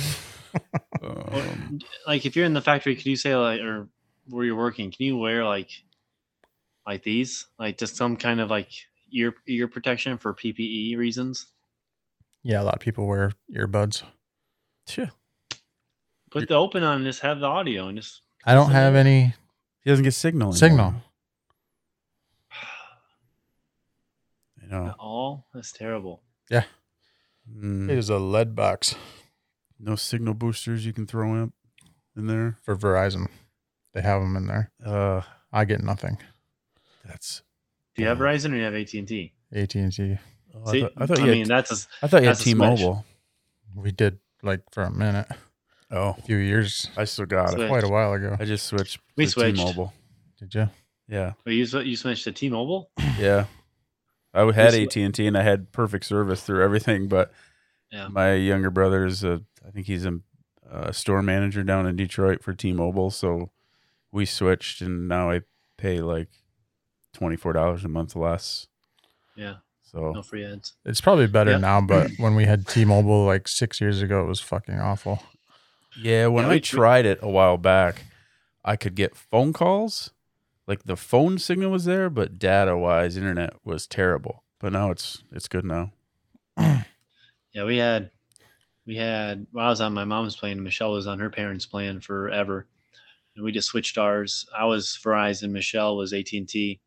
[SPEAKER 2] Um,
[SPEAKER 3] like if you're in the factory, can you say like or where you're working, can you wear like like these? Like just some kind of like ear ear protection for PPE reasons?
[SPEAKER 1] yeah, a lot of people wear earbuds.
[SPEAKER 2] phew.
[SPEAKER 3] Put the open on and just have the audio and just
[SPEAKER 1] I don't have any
[SPEAKER 2] he doesn't get signal. anymore.
[SPEAKER 1] signal.
[SPEAKER 2] I know.
[SPEAKER 3] all that's terrible.
[SPEAKER 2] Mm,
[SPEAKER 1] It is a lead box
[SPEAKER 2] no signal boosters you can throw up in there.
[SPEAKER 1] for Verizon. They have them in there.
[SPEAKER 2] Uh,
[SPEAKER 1] I get nothing.
[SPEAKER 2] that's.
[SPEAKER 3] Do you have
[SPEAKER 2] Yeah.
[SPEAKER 3] Verizon or you have AT and T?
[SPEAKER 1] AT and T.
[SPEAKER 2] oh,
[SPEAKER 3] See,
[SPEAKER 2] I
[SPEAKER 3] I,
[SPEAKER 2] thought, I thought you
[SPEAKER 3] mean
[SPEAKER 2] had,
[SPEAKER 3] that's a,
[SPEAKER 2] I thought you had
[SPEAKER 3] that's a switch.
[SPEAKER 2] T-Mobile.
[SPEAKER 1] We did like for a minute,
[SPEAKER 2] Oh,
[SPEAKER 1] a few years,
[SPEAKER 2] I still got it.
[SPEAKER 3] Switch.
[SPEAKER 1] quite a while ago.
[SPEAKER 2] I just switched.
[SPEAKER 3] We
[SPEAKER 2] to
[SPEAKER 3] switched.
[SPEAKER 2] T-Mobile.
[SPEAKER 1] Did you?
[SPEAKER 2] Yeah,
[SPEAKER 3] well, oh, you sw- you switched to T-Mobile.
[SPEAKER 2] yeah. I would- had
[SPEAKER 3] swi-
[SPEAKER 2] AT and T, and I had perfect service through everything. But
[SPEAKER 3] Yeah.
[SPEAKER 2] my younger brother is a, I think he's a, a store manager down in Detroit for T-Mobile. So we switched, and now I pay like twenty four dollars a month less.
[SPEAKER 3] Yeah,
[SPEAKER 2] So
[SPEAKER 3] no free ads.
[SPEAKER 1] It's probably better
[SPEAKER 3] Yeah.
[SPEAKER 1] now, but when we had T-Mobile like six years ago, it was fucking awful.
[SPEAKER 2] yeah, when
[SPEAKER 3] Yeah,
[SPEAKER 2] I
[SPEAKER 3] we-
[SPEAKER 2] tried it a while back, I could get phone calls. Like the phone signal was there, but data wise, internet was terrible. But now it's it's good now.
[SPEAKER 3] Yeah, we had we had well, I was on my mom's plan and Michelle was on her parents' plan forever. And we just switched ours. I was Verizon, Michelle was AT&T.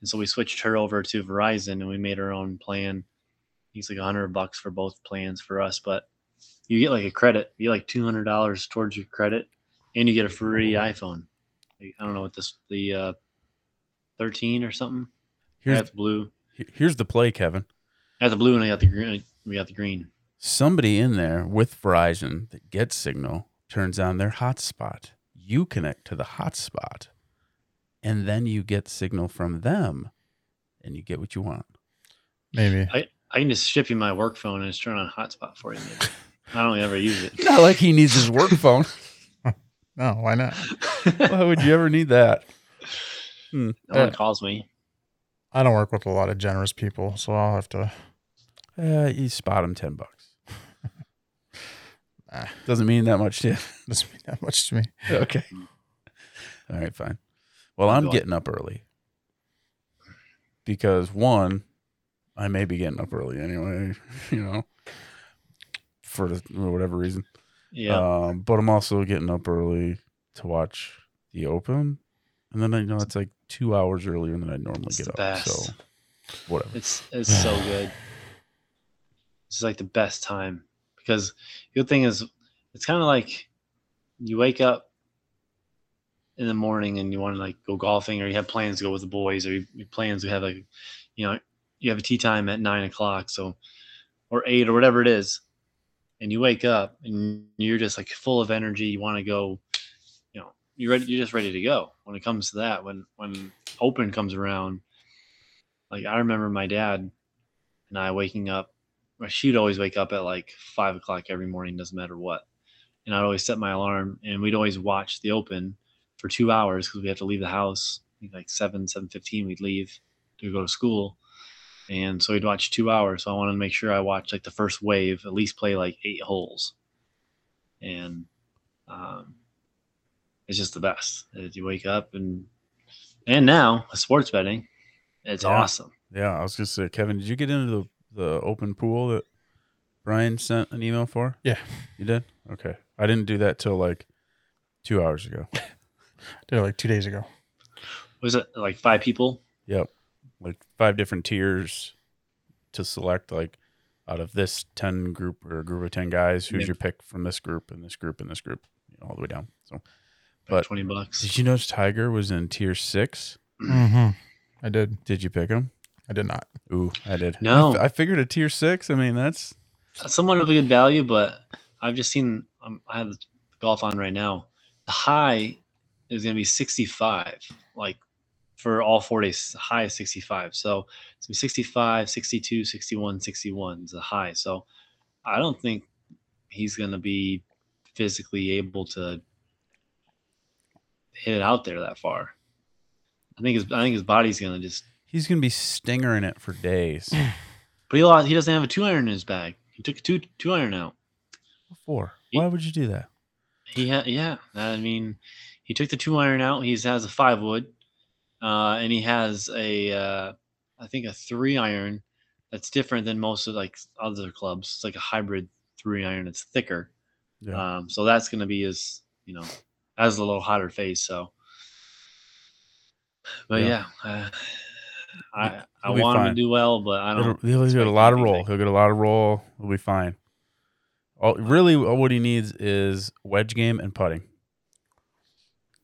[SPEAKER 3] And so we switched her over to Verizon and we made her own plan. It's like 100 bucks for both plans for us, but you get like a credit. You get like $200 towards your credit and you get a free iPhone. Like, I don't know what this the uh 13 or something.
[SPEAKER 2] Here's
[SPEAKER 3] That's blue.
[SPEAKER 2] he- here's the play, Kevin.
[SPEAKER 3] That's the blue and I got the green. We got the green.
[SPEAKER 2] Somebody in there with Verizon that gets signal turns on their hotspot. You connect to the hotspot, and then you get signal from them, and you get what you want.
[SPEAKER 1] Maybe
[SPEAKER 3] I can just ship you my work phone and just turn on hotspot for you. Maybe. I don't ever use it.
[SPEAKER 2] Not like he needs his work phone.
[SPEAKER 1] no, why not?
[SPEAKER 3] no
[SPEAKER 2] Why would you ever need that?
[SPEAKER 3] one calls me.
[SPEAKER 1] I don't work with a lot of generous people, so I'll have to.
[SPEAKER 2] Uh, you spot him ten bucks.
[SPEAKER 1] Ah.
[SPEAKER 2] Doesn't mean that much to you.
[SPEAKER 1] Doesn't mean that much to me.
[SPEAKER 2] okay. All right, fine. Well, I'm getting up early because one, I may be getting up early anyway. You know, for whatever reason.
[SPEAKER 3] Yeah.
[SPEAKER 2] Um, but I'm also getting up early to watch the Open, and then I know it's like two hours earlier than I normally
[SPEAKER 3] It's
[SPEAKER 2] get
[SPEAKER 3] the
[SPEAKER 2] up.
[SPEAKER 3] best.
[SPEAKER 2] So whatever.
[SPEAKER 3] It's it's so good. This is like the best time because the good thing is it's kind of like you wake up in the morning and you want to like go golfing or you have plans to go with the boys or you, you plans to have like you know you have a tea time at nine o'clock so or eight or whatever it is and you wake up and you're just like full of energy you want to go you know you're ready you're just ready to go when it comes to that when when open comes around like I remember my dad and I waking up well, she'd always wake up at like five o'clock every morning, doesn't matter what. And I'd always set my alarm, and we'd always watch the open for two hours because we had to leave the house like seven, seven fifteen. We'd leave to go to school, and so we'd watch two hours. So I wanted to make sure I watched like the first wave, at least play like eight holes, and um, it's just the best. Uh, You wake up and and now with sports betting, it's
[SPEAKER 2] Yeah.
[SPEAKER 3] awesome.
[SPEAKER 2] Yeah, I was gonna say, Kevin, did you get into the, the open pool that Brian sent an email for?
[SPEAKER 1] Yeah.
[SPEAKER 2] You did? Okay. I didn't do that till like two hours ago.
[SPEAKER 1] Did it like two days ago.
[SPEAKER 3] Was it like five people?
[SPEAKER 2] Yep. Like five different tiers to select like out of this ten group or a group of ten guys, who's
[SPEAKER 3] Yeah.
[SPEAKER 2] your pick from this group and this group and this group, you know, all the way down. So
[SPEAKER 3] Like
[SPEAKER 2] But-
[SPEAKER 3] twenty bucks.
[SPEAKER 2] did you notice Tiger was in tier six?
[SPEAKER 1] Mm-hmm. I did.
[SPEAKER 2] Did you pick him?
[SPEAKER 1] I did not.
[SPEAKER 2] Ooh, I did.
[SPEAKER 3] No.
[SPEAKER 2] I, f- I figured a tier six. I mean, that's
[SPEAKER 3] somewhat of a good value, but I've just seen um, I have golf on right now. The high is going to be 65, like for all four days, high is 65. So it's going to be 65, 62, 61, 61 is the high. So I don't think he's going to be physically able to hit it out there that far. I think his I think his body's going to just.
[SPEAKER 2] he's gonna be stingering it for days.
[SPEAKER 3] But he lost, he doesn't have a two iron in his bag. He took a two two iron out.
[SPEAKER 2] Before.
[SPEAKER 3] He-
[SPEAKER 2] Why would you do that?
[SPEAKER 3] He had, yeah. I mean, he took the two iron out. He has a five wood, uh, and he has a, uh, I think a three iron. That's different than most of like other clubs. It's like a hybrid three iron. It's thicker.
[SPEAKER 2] Yeah.
[SPEAKER 3] Um, so that's gonna be his, you know, has a little hotter face. So, but yeah,
[SPEAKER 2] Yeah.
[SPEAKER 3] uh, I I
[SPEAKER 2] He'll be
[SPEAKER 3] want him
[SPEAKER 2] fine.
[SPEAKER 3] to do well, but I
[SPEAKER 2] It'll-
[SPEAKER 3] don't.
[SPEAKER 2] He'll, he'll get a
[SPEAKER 3] expect
[SPEAKER 2] lot of roll.
[SPEAKER 3] anything.
[SPEAKER 2] He'll get a lot of roll. He'll be fine. All, really, all what he needs is wedge game and putting.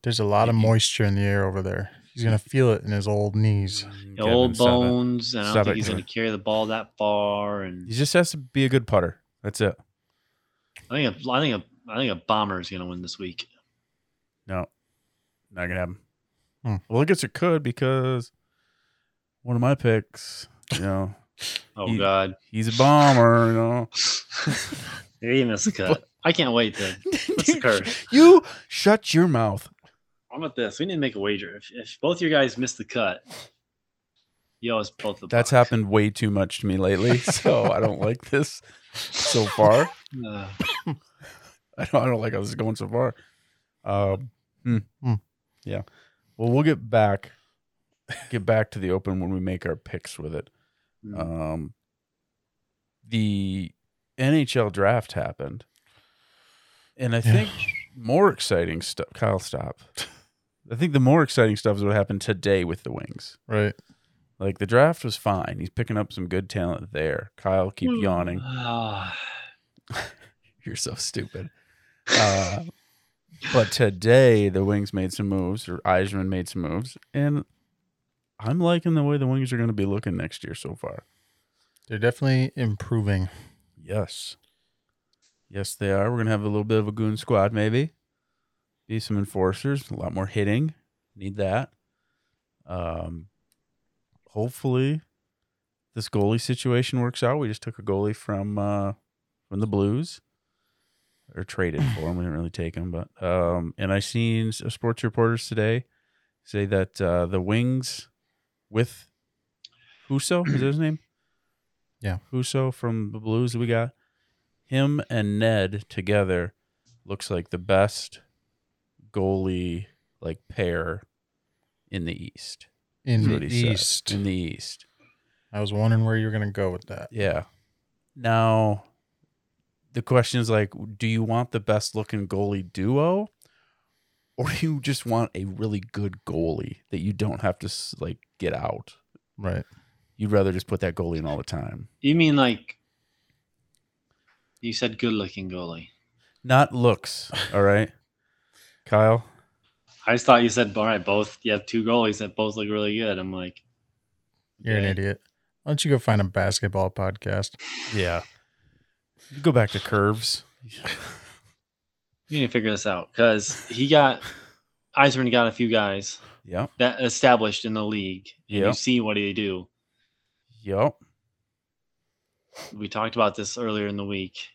[SPEAKER 1] There's a lot of
[SPEAKER 2] Mhm.
[SPEAKER 1] moisture in the air over there. He's gonna feel it in his old knees.
[SPEAKER 3] The
[SPEAKER 2] Kevin,
[SPEAKER 3] old
[SPEAKER 2] stop it.
[SPEAKER 3] bones, and I
[SPEAKER 2] Stop
[SPEAKER 3] don't think
[SPEAKER 2] it,
[SPEAKER 3] he's
[SPEAKER 2] Kevin.
[SPEAKER 3] gonna carry the ball that far. And
[SPEAKER 2] He just has to be a good putter. That's it.
[SPEAKER 3] I think a, I think a, I think a bomber is going to win this week.
[SPEAKER 2] No, not gonna happen.
[SPEAKER 1] Hmm.
[SPEAKER 2] Well, I guess it could because one of my picks. You know,
[SPEAKER 3] Oh
[SPEAKER 2] Ye-
[SPEAKER 3] God,
[SPEAKER 2] he's a bomber. You know,
[SPEAKER 3] he missed a cut. I can't wait to. What's the curse?
[SPEAKER 2] you shut your mouth.
[SPEAKER 3] How about this? We need to make a wager. If, if both your guys miss the cut, you always both the.
[SPEAKER 2] That's
[SPEAKER 3] buck.
[SPEAKER 2] happened way too much to me lately, so I don't like this so far.
[SPEAKER 3] Uh,
[SPEAKER 2] I don't, I don't like how this is going so far. Um, hmm.
[SPEAKER 1] Hmm.
[SPEAKER 2] Yeah. Well, we'll get back, get back to the open when we make our picks with it.
[SPEAKER 3] mm.
[SPEAKER 2] Um, the NHL draft happened, and I
[SPEAKER 1] Yeah.
[SPEAKER 2] think more exciting stuff. Kyle, stop. I think the more exciting stuff is what happened today with the Wings.
[SPEAKER 1] Right.
[SPEAKER 2] Like the draft was fine. He's picking up some good talent there. Kyle, keep yawning.
[SPEAKER 3] Ah,
[SPEAKER 2] You're so stupid. Uh, but today the Wings made some moves, or Eisman made some moves, and I'm liking the way the Wings are going to be looking next year so far.
[SPEAKER 1] They're definitely improving.
[SPEAKER 2] Yes, yes they are. We're going to have a little bit of a goon squad, maybe. Be some enforcers, a lot more hitting. Need that. Um, hopefully, this goalie situation works out. We just took a goalie from uh, from the Blues, or traded for him. We didn't really take him, but um, and I seen s- sports reporters today say that uh, the Wings with Huso is that his name.
[SPEAKER 1] Yeah.
[SPEAKER 2] Huso from the Blues. We got him and Ned together. Looks like the best goalie like pair in the East.
[SPEAKER 1] In
[SPEAKER 2] That's
[SPEAKER 1] the
[SPEAKER 2] what he said.
[SPEAKER 1] east.
[SPEAKER 2] In the East.
[SPEAKER 1] I was wondering where you were gonna go with that.
[SPEAKER 2] Yeah. Now, the question is like, do you want the best looking goalie duo, or do you just want a really good goalie that you don't have to s- like get out?
[SPEAKER 1] Right.
[SPEAKER 2] You'd rather just put that goalie in all the time.
[SPEAKER 3] you mean like? You said good-looking goalie.
[SPEAKER 2] Not looks. All right, Kyle.
[SPEAKER 3] I just thought you said all right. Both you have two goalies that both look really good. I'm like,
[SPEAKER 1] You're an
[SPEAKER 3] okay.
[SPEAKER 1] idiot. Why don't you go find a basketball podcast?
[SPEAKER 2] Yeah. Go back to curves.
[SPEAKER 3] You need to figure this out because he got Eisman got a few guys
[SPEAKER 2] Yep.
[SPEAKER 3] that established in the league. And
[SPEAKER 2] Yeah.
[SPEAKER 3] you see what they do.
[SPEAKER 2] Yep.
[SPEAKER 3] we talked about this earlier in the week.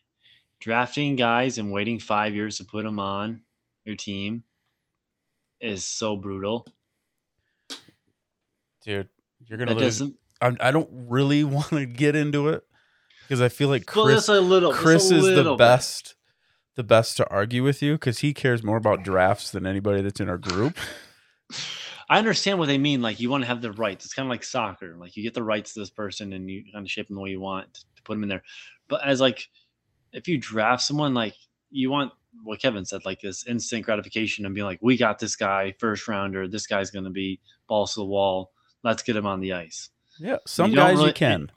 [SPEAKER 3] Drafting guys and waiting five years to put them on your team is so brutal.
[SPEAKER 2] dude. You're
[SPEAKER 3] That
[SPEAKER 2] gonna lose.
[SPEAKER 3] doesn't.
[SPEAKER 2] I'm, I don't really want to get into it because I feel like
[SPEAKER 3] well,
[SPEAKER 2] Chris
[SPEAKER 3] just a little. just a
[SPEAKER 2] Chris is the
[SPEAKER 3] little bit.
[SPEAKER 2] best, the best to argue with you because he cares more about drafts than anybody that's in our group.
[SPEAKER 3] I understand what they mean. Like you want to have the rights. It's kind of like soccer. Like you get the rights to this person and you kind of shape them the way you want to put them in there. But as like, if you draft someone, like you want what Kevin said, like this instant gratification and being like, we got this guy first rounder. This guy's going to be balls to the wall. Let's get him on the ice.
[SPEAKER 2] Yeah, some
[SPEAKER 3] don't
[SPEAKER 2] guys
[SPEAKER 3] really-
[SPEAKER 2] you can.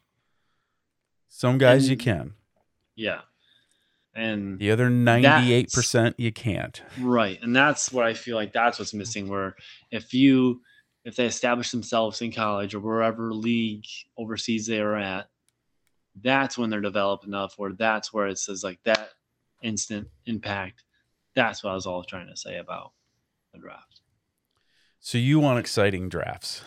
[SPEAKER 2] Some guys you
[SPEAKER 3] And-
[SPEAKER 2] can.
[SPEAKER 3] Yeah. And
[SPEAKER 2] The other ninety-eight percent you can't.
[SPEAKER 3] Right. And that's what I feel like that's what's missing where if you if they establish themselves in college or wherever league overseas they are at, that's when they're developed enough or that's where it says like that instant impact. That's what I was all trying to say about the draft.
[SPEAKER 2] So you want exciting drafts?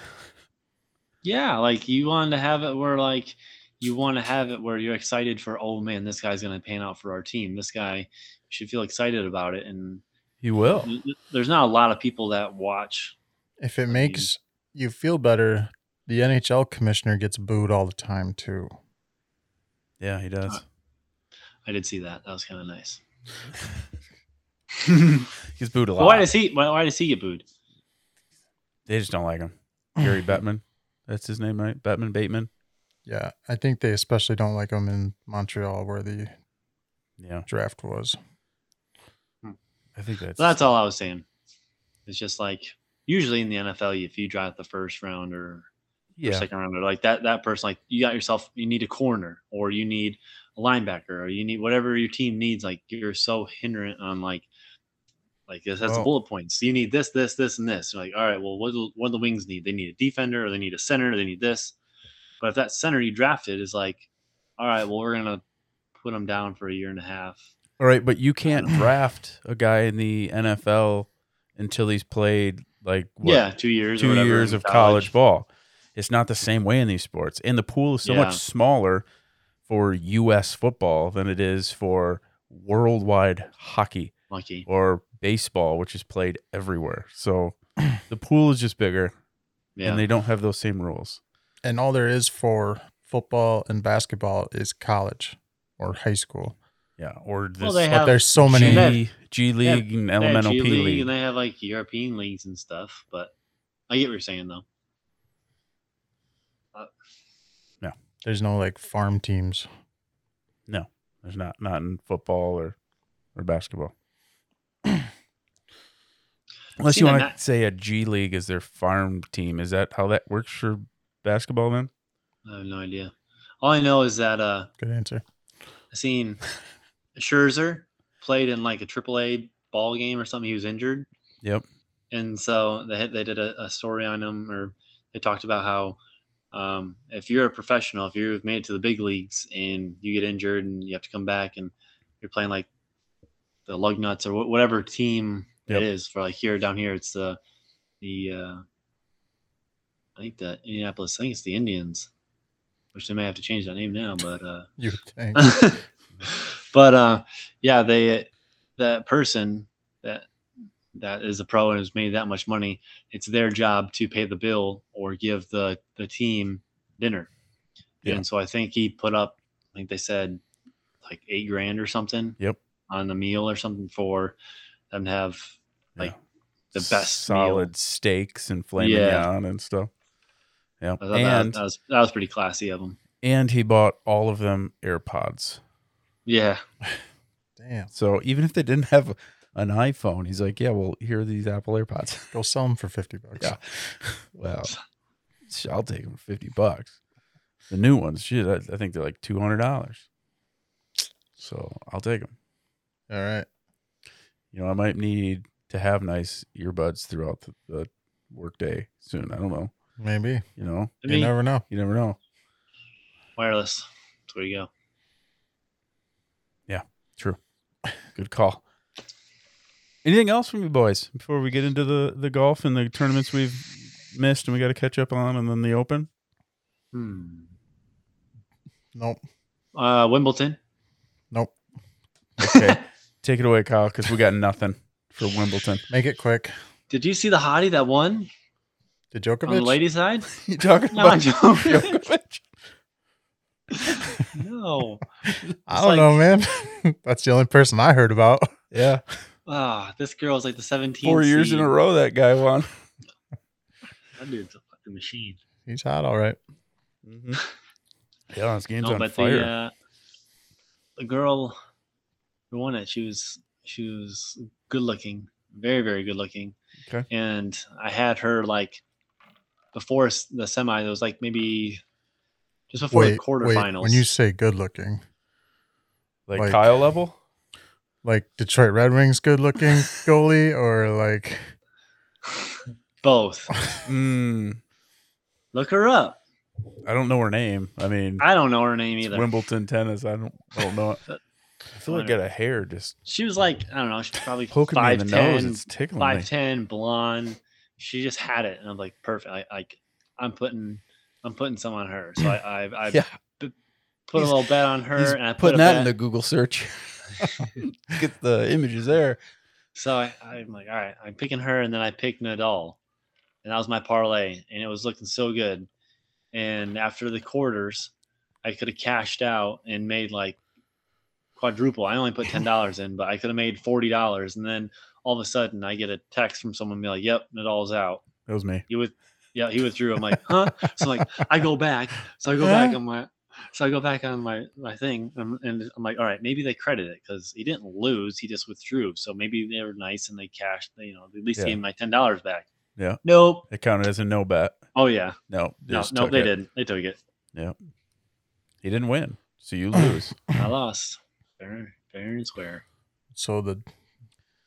[SPEAKER 3] Yeah, like you want to have it where like you want to have it where you're excited for oh man, this guy's gonna pan out for our team. This guy you should feel excited about it. And
[SPEAKER 2] You will.
[SPEAKER 3] th- th- there's not a lot of people that watch
[SPEAKER 1] If it
[SPEAKER 3] mean-
[SPEAKER 1] makes you feel better, the NHL commissioner gets booed all the time too.
[SPEAKER 2] Yeah, he does.
[SPEAKER 3] I did see that. That was kind of nice.
[SPEAKER 2] He's booed a lot.
[SPEAKER 3] why does he? Why, why does he get booed?
[SPEAKER 2] they just don't like him. Gary Bettman. That's his name, right? Bettman Bateman.
[SPEAKER 1] Yeah, I think they especially don't like him in Montreal where the
[SPEAKER 2] Yeah,
[SPEAKER 1] draft was.
[SPEAKER 2] I think that's.
[SPEAKER 3] That's all I was saying. It's just like usually in the NFL, if you draft the first round or or
[SPEAKER 2] yeah.
[SPEAKER 3] second round, or like that that person, like you got yourself, you need a corner or you need a linebacker or you need whatever your team needs. Like you're so hindrant on like like this has the
[SPEAKER 2] Well-
[SPEAKER 3] bullet points. You need this, this, this, and this. You're like, all right, well, what do, what do the wings need? They need a defender or they need a center. Or they need this. But if that center you drafted is like, all right, well, we're gonna put him down for a year and a half.
[SPEAKER 2] All right, but you can't draft a guy in the NFL until he's played like what,
[SPEAKER 3] Yeah, two years. or
[SPEAKER 2] two
[SPEAKER 3] whatever
[SPEAKER 2] years
[SPEAKER 3] in
[SPEAKER 2] of college. ball. It's not the same way in these sports, and the pool is so
[SPEAKER 3] Yeah.
[SPEAKER 2] much smaller for U.S. football than it is for worldwide hockey
[SPEAKER 3] Monkey.
[SPEAKER 2] or baseball, which is played everywhere. So the pool is just bigger,
[SPEAKER 3] Yeah.
[SPEAKER 2] and they don't have those same rules.
[SPEAKER 1] And all there is for football and basketball is college or high school.
[SPEAKER 2] Yeah, or this
[SPEAKER 3] well, they
[SPEAKER 1] But
[SPEAKER 3] have
[SPEAKER 1] there's so
[SPEAKER 2] G,
[SPEAKER 1] many
[SPEAKER 3] They have-
[SPEAKER 2] G League and
[SPEAKER 3] they have
[SPEAKER 2] Elemental
[SPEAKER 3] G
[SPEAKER 2] P
[SPEAKER 3] League,
[SPEAKER 2] League.
[SPEAKER 3] and they have like European leagues and stuff. But I get what you're saying though.
[SPEAKER 1] there's no like farm teams.
[SPEAKER 2] There's not not in football or or basketball. Unless you
[SPEAKER 3] Seen a
[SPEAKER 2] want
[SPEAKER 3] na-
[SPEAKER 2] to say a G League is their farm team, is that how that works for basketball? Then
[SPEAKER 3] I have no idea. All I know is that uh,
[SPEAKER 1] Good answer.
[SPEAKER 3] I seen Scherzer played in like a AAA ball game or something. He was injured,
[SPEAKER 2] yep,
[SPEAKER 3] and so they had- they did a, a story on him, or they talked about how um, if you're a professional, if you've made it to the big leagues and you get injured and you have to come back and you're playing like the Lugnuts or wh- whatever team
[SPEAKER 2] Yep.
[SPEAKER 3] it is for like here down here, it's the the uh, I think the Indianapolis. I think it's the Indians, which they may have to change that name now, but. Uh,
[SPEAKER 1] You would think.
[SPEAKER 3] but uh yeah they that person that that is a pro and has made that much money it's their job to pay the bill or give the the team dinner
[SPEAKER 2] Yeah.
[SPEAKER 3] and so i think he put up i think they said like eight grand or something
[SPEAKER 2] Yep.
[SPEAKER 3] on the meal or something for them to have like
[SPEAKER 2] Yeah.
[SPEAKER 3] the best
[SPEAKER 2] solid
[SPEAKER 3] meal.
[SPEAKER 2] steaks and flame
[SPEAKER 3] Yeah.
[SPEAKER 2] mignon and stuff. Yep,
[SPEAKER 3] I thought that-
[SPEAKER 2] and
[SPEAKER 3] that, was that was pretty classy of him
[SPEAKER 2] and he bought all of them AirPods.
[SPEAKER 3] yeah
[SPEAKER 1] Damn.
[SPEAKER 2] So even if they didn't have an iPhone, he's like, yeah, well, here are these Apple AirPods.
[SPEAKER 1] Go sell them for 50 bucks.
[SPEAKER 2] Yeah. Wow. Sh- I'll take them for 50 bucks. The new ones, shit, I, I think they're like $200. So I'll take them.
[SPEAKER 1] All right.
[SPEAKER 2] You know, I might need to have nice earbuds throughout the, the workday soon. I don't know.
[SPEAKER 1] Maybe.
[SPEAKER 2] You know,
[SPEAKER 3] i
[SPEAKER 1] you
[SPEAKER 3] mean
[SPEAKER 1] never know.
[SPEAKER 2] you never know.
[SPEAKER 3] wireless that's where you go
[SPEAKER 2] Good call. Anything else from you boys before we get into the, the golf and the tournaments we've missed and we got to catch up on and then the open?
[SPEAKER 3] hmm
[SPEAKER 1] Nope.
[SPEAKER 3] Uh, Wimbledon.
[SPEAKER 1] Nope.
[SPEAKER 2] Okay, take it away, Kyle, because we got nothing for Wimbledon.
[SPEAKER 1] Make it quick.
[SPEAKER 3] Did you see the hottie that won
[SPEAKER 1] Did
[SPEAKER 3] on the
[SPEAKER 1] Djokovic?
[SPEAKER 3] ladies' side?
[SPEAKER 2] You talking
[SPEAKER 3] No, I
[SPEAKER 2] about
[SPEAKER 3] don't.
[SPEAKER 2] Djokovic?
[SPEAKER 3] no.
[SPEAKER 1] I don't know, man. That's the only person I heard about.
[SPEAKER 2] Yeah,
[SPEAKER 3] Ah, this girl's like the 17th.
[SPEAKER 2] four years in a row that guy won.
[SPEAKER 3] That dude's a fucking machine.
[SPEAKER 1] He's hot, all right.
[SPEAKER 2] Yeah, this game's
[SPEAKER 3] no,
[SPEAKER 2] on
[SPEAKER 3] but
[SPEAKER 2] fire.
[SPEAKER 3] the uh, the girl who won it, she was she was good looking, very very good looking.
[SPEAKER 2] Okay.
[SPEAKER 3] And I had her like before s- the semi. It was like maybe just before the quarterfinals.
[SPEAKER 1] when you say good looking,
[SPEAKER 2] like,
[SPEAKER 1] like-
[SPEAKER 2] Kyle level.
[SPEAKER 1] like Detroit Red Wings good looking goalie, or like
[SPEAKER 3] both
[SPEAKER 2] Mm,
[SPEAKER 3] look her up.
[SPEAKER 2] I don't know her name. I mean,
[SPEAKER 3] I don't know her name
[SPEAKER 2] it's
[SPEAKER 3] either.
[SPEAKER 2] Wimbledon tennis. I don't, I don't know. it. I feel like I got a hair just
[SPEAKER 3] She was like I don't know. She's probably
[SPEAKER 2] poking me in
[SPEAKER 3] five
[SPEAKER 2] the nose.
[SPEAKER 3] ten,
[SPEAKER 2] It's
[SPEAKER 4] Oh,
[SPEAKER 2] tickling me.
[SPEAKER 3] five ten, blonde. She just had it, and I'm like perfect. I like I'm putting I'm putting some on her. So I I, I
[SPEAKER 4] Yeah.
[SPEAKER 3] put
[SPEAKER 4] He's-
[SPEAKER 3] a little bet on her,
[SPEAKER 4] He's
[SPEAKER 3] and I put
[SPEAKER 4] putting
[SPEAKER 3] a
[SPEAKER 4] that
[SPEAKER 3] bet.
[SPEAKER 4] in the Google search. Get the images there.
[SPEAKER 3] So I, I'm like, all right, I'm picking her, and then I picked Nadal, and that was my parlay, and it was looking so good. And after the quarters, I could have cashed out and made like quadruple. I only put ten dollars in, but I could have made forty dollars. And then all of a sudden, I get a text from someone be like, "Yep, Nadal's out."
[SPEAKER 2] That was me.
[SPEAKER 3] He with, yeah, he withdrew. I'm like, huh? So I'm like, I go back. So I go back on my, so I go back on my my thing, and, and I'm like, all right, maybe they credit it because he didn't lose. He just withdrew. So maybe they were nice and they cashed. You know, at least
[SPEAKER 2] Yeah.
[SPEAKER 3] gave my ten dollars back.
[SPEAKER 2] Yeah.
[SPEAKER 3] Nope.
[SPEAKER 2] It counted as a no bet.
[SPEAKER 3] Oh yeah.
[SPEAKER 2] No, they
[SPEAKER 3] No,
[SPEAKER 2] just
[SPEAKER 3] no,
[SPEAKER 2] took
[SPEAKER 3] they
[SPEAKER 2] it.
[SPEAKER 3] did. They took it.
[SPEAKER 2] He didn't win, so you lose.
[SPEAKER 3] I lost. Fair, fair and square.
[SPEAKER 1] so the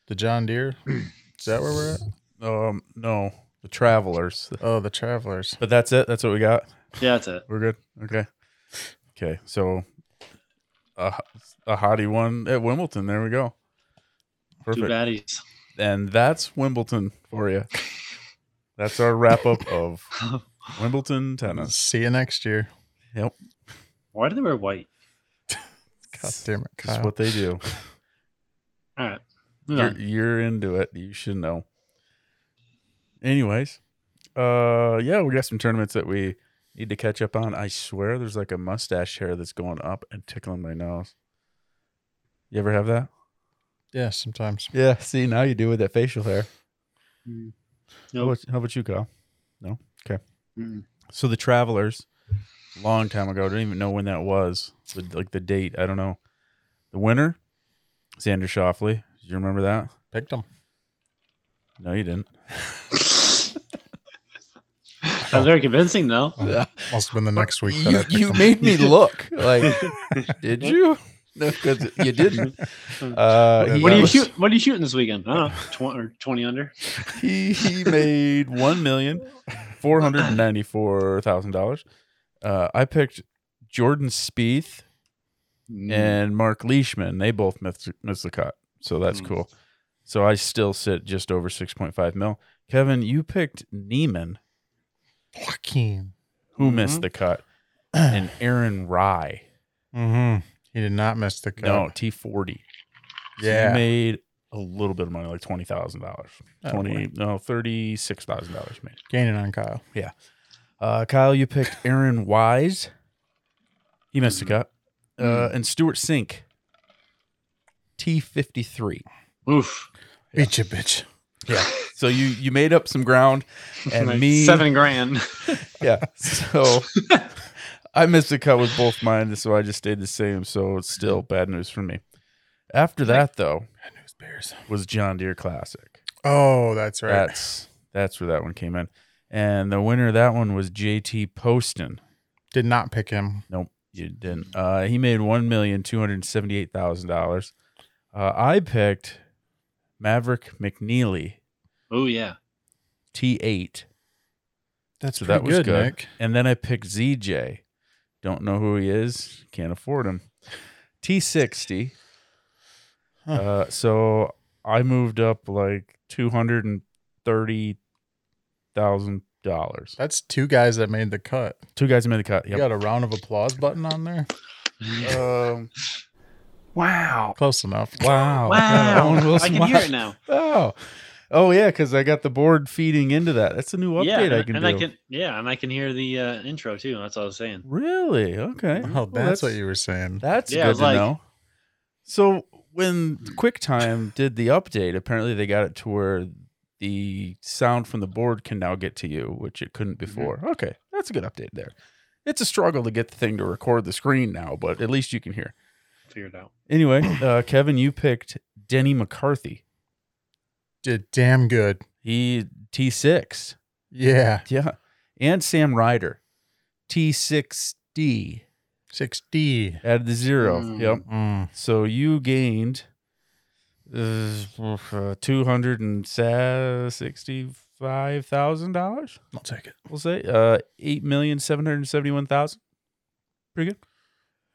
[SPEAKER 1] the John Deere. Is that where we're at?
[SPEAKER 2] um, no, the Travelers.
[SPEAKER 1] Oh, the Travelers.
[SPEAKER 2] But that's it. That's what we got.
[SPEAKER 3] Yeah, that's it.
[SPEAKER 2] We're good. Okay. Okay. So a, a hottie one at Wimbledon. There we go.
[SPEAKER 3] Two
[SPEAKER 2] Perfect.
[SPEAKER 3] baddies.
[SPEAKER 2] And that's Wimbledon for you. That's our wrap up of Wimbledon tennis.
[SPEAKER 1] See you next year.
[SPEAKER 3] Why did they wear white?
[SPEAKER 1] God damn it,
[SPEAKER 2] That's
[SPEAKER 1] Kyle.
[SPEAKER 2] what they do.
[SPEAKER 3] All right. Moving
[SPEAKER 2] You're,
[SPEAKER 3] on.
[SPEAKER 2] you're into it. You should know. Anyways, uh, yeah, we got some tournaments that we need to catch up on. I swear, there's like a mustache hair that's going up and tickling my nose. You ever have that?
[SPEAKER 1] yeah, sometimes.
[SPEAKER 4] Yeah, see now you do with that facial hair.
[SPEAKER 3] Mm,
[SPEAKER 2] How
[SPEAKER 3] Nope.
[SPEAKER 2] about, how about you, Kyle?
[SPEAKER 3] Mm-mm.
[SPEAKER 2] So the Travelers, long time ago, I don't even know when that was. The, like the date, I don't know. The winner, Xander Shoffley. Do you remember that?
[SPEAKER 1] Picked them.
[SPEAKER 2] No, you didn't.
[SPEAKER 3] That was very convincing, though.
[SPEAKER 4] Yeah.
[SPEAKER 1] Must have been the next week. That I
[SPEAKER 4] you,
[SPEAKER 1] picked
[SPEAKER 4] you
[SPEAKER 1] 'em.
[SPEAKER 4] made me look like did you? No, 'cause you didn't. Uh, he,
[SPEAKER 3] What are you
[SPEAKER 4] was-
[SPEAKER 3] shoot? What are you shooting this weekend? I don't know, tw- or twenty under.
[SPEAKER 2] he, he made one million four hundred and ninety four thousand dollars. Uh, I picked Jordan Spieth and Mark Leishman. They both missed, missed the cut, so that's
[SPEAKER 3] Hmm.
[SPEAKER 2] cool. So I still sit just over six point five mil. Kevin, you picked Neiman,
[SPEAKER 1] Joaquin.
[SPEAKER 2] who missed the cut, and Aaron Rye.
[SPEAKER 1] Mm-hmm. He did not miss the cut.
[SPEAKER 2] No, T forty.
[SPEAKER 1] Yeah.
[SPEAKER 2] you made a little bit of money, like twenty thousand dollars,
[SPEAKER 1] Attaboy.
[SPEAKER 2] twenty no thirty six thousand dollars made.
[SPEAKER 1] Gaining on Kyle.
[SPEAKER 2] Uh, Kyle, you picked Aaron Wise. He missed a cut. Uh, and Stuart Sink.
[SPEAKER 4] T fifty three.
[SPEAKER 3] Oof.
[SPEAKER 1] Beat you, bitch.
[SPEAKER 2] Yeah. So you you made up some ground, and
[SPEAKER 3] Like
[SPEAKER 2] me
[SPEAKER 3] seven grand.
[SPEAKER 2] Yeah. So I missed a cut with both mine, so I just stayed the same. So it's still bad news for me. After that, though,
[SPEAKER 1] Bad news bears.
[SPEAKER 2] was John Deere Classic.
[SPEAKER 1] Oh, that's right.
[SPEAKER 2] That's that's where that one came in, and the winner of that one was JT Poston.
[SPEAKER 1] Did not pick him.
[SPEAKER 2] Nope, you didn't. Uh, he made one million two hundred seventy-eight thousand uh, dollars. Uh, I picked Maverick McNeely
[SPEAKER 3] Oh yeah.
[SPEAKER 2] T eight,
[SPEAKER 1] That's
[SPEAKER 2] So that
[SPEAKER 1] pretty
[SPEAKER 2] was good.
[SPEAKER 1] Nick.
[SPEAKER 2] and then I picked ZJ. Don't know who he is. Can't afford him. T sixty.
[SPEAKER 1] Huh.
[SPEAKER 2] Uh, so I moved up like two hundred and thirty thousand dollars.
[SPEAKER 1] That's two guys that made the cut.
[SPEAKER 2] Two guys made the cut.
[SPEAKER 1] You
[SPEAKER 2] Yep.
[SPEAKER 1] got a round of applause button on there.
[SPEAKER 4] Um, wow.
[SPEAKER 1] Close enough.
[SPEAKER 2] Wow.
[SPEAKER 3] wow.
[SPEAKER 2] Owen
[SPEAKER 3] I
[SPEAKER 2] Wilson,
[SPEAKER 3] can hear
[SPEAKER 2] wow.
[SPEAKER 3] it now.
[SPEAKER 2] Oh, oh yeah, because I got the board feeding into that. That's a new update
[SPEAKER 3] yeah, and,
[SPEAKER 2] I can
[SPEAKER 3] and
[SPEAKER 2] do.
[SPEAKER 3] I can yeah, and I can hear the uh, intro too. That's what I was saying.
[SPEAKER 2] Really? Okay.
[SPEAKER 1] Oh,
[SPEAKER 2] Well,
[SPEAKER 1] that's, what you were saying.
[SPEAKER 2] That's
[SPEAKER 3] Yeah, I
[SPEAKER 2] good
[SPEAKER 3] was
[SPEAKER 2] to
[SPEAKER 3] like-
[SPEAKER 2] know. So when QuickTime did the update, apparently they got it to where the sound from the board can now get to you, which it couldn't
[SPEAKER 3] Mm-hmm.
[SPEAKER 2] before. Okay, that's a good update there. It's a struggle to get the thing to record the screen now, but at least you can hear.
[SPEAKER 3] Figured out.
[SPEAKER 2] Anyway, uh, Kevin, you picked Denny McCarthy.
[SPEAKER 1] Did damn good.
[SPEAKER 2] He T six.
[SPEAKER 1] Yeah.
[SPEAKER 2] Yeah. And Sam Ryder. T six D.
[SPEAKER 1] 6D.
[SPEAKER 2] Add the zero.
[SPEAKER 3] Mm.
[SPEAKER 2] Yep.
[SPEAKER 1] Mm.
[SPEAKER 2] So you gained uh, two hundred and sixty-five thousand dollars.
[SPEAKER 1] I'll take it.
[SPEAKER 2] We'll say uh, eight million seven hundred seventy-one thousand. Pretty good.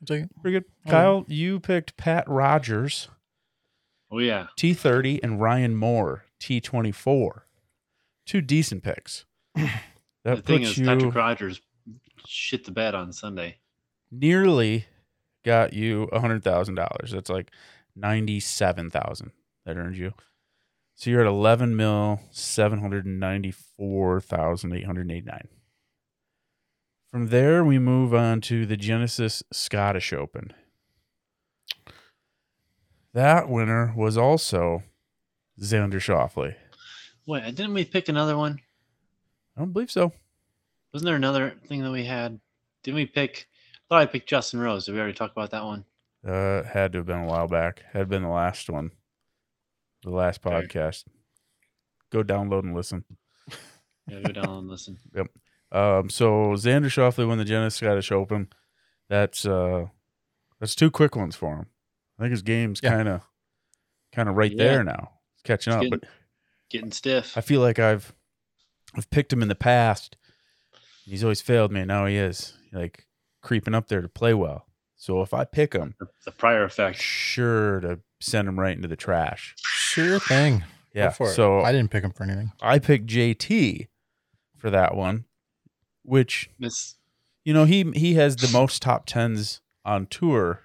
[SPEAKER 1] I'll take it.
[SPEAKER 2] Pretty good.
[SPEAKER 1] Oh.
[SPEAKER 2] Kyle, you picked Pat Rogers,
[SPEAKER 3] Oh yeah.
[SPEAKER 2] T thirty, and Ryan Moore, T twenty-four. Two decent picks.
[SPEAKER 3] the
[SPEAKER 2] That
[SPEAKER 3] thing
[SPEAKER 2] puts
[SPEAKER 3] is,
[SPEAKER 2] you
[SPEAKER 3] Patrick Rogers shit the bed on Sunday.
[SPEAKER 2] nearly got you a hundred thousand dollars. That's like ninety-seven thousand that earned you. So you're at eleven mil seven hundred and ninety-four thousand eight hundred eighty-nine. From there, we move on to the Genesis Scottish Open. That winner was also Xander Shoffley.
[SPEAKER 3] Wait, didn't we pick another one?
[SPEAKER 2] I don't believe so.
[SPEAKER 3] Wasn't there another thing that we had? Didn't we pick? I thought I picked Justin Rose. Did we already talk about that one?
[SPEAKER 2] Uh, it had to have been a while back. Had been the last one, the last
[SPEAKER 3] Okay.
[SPEAKER 2] podcast. Go download and listen.
[SPEAKER 3] Yeah, go down and listen.
[SPEAKER 2] Um, so Xander Shoffley won the Genesis Scottish Open. That's uh, that's two quick ones for him. I think his game's
[SPEAKER 1] Yeah.
[SPEAKER 2] kind of kind of right
[SPEAKER 3] Yeah.
[SPEAKER 2] there now. It's catching
[SPEAKER 3] It's
[SPEAKER 2] up,
[SPEAKER 3] getting-
[SPEAKER 2] but
[SPEAKER 3] Getting stiff.
[SPEAKER 2] I feel like I've I've picked him in the past. He's always failed me. and Now he is like creeping up there to play well. So if I pick him,
[SPEAKER 3] The, the prior effect.
[SPEAKER 2] sure to send him right into the trash.
[SPEAKER 1] Sure thing. Go
[SPEAKER 2] Yeah.
[SPEAKER 1] for it.
[SPEAKER 2] So
[SPEAKER 1] I didn't pick him for anything.
[SPEAKER 2] I picked JT for that one, which
[SPEAKER 3] Miss.
[SPEAKER 2] you know he he has the most top tens on tour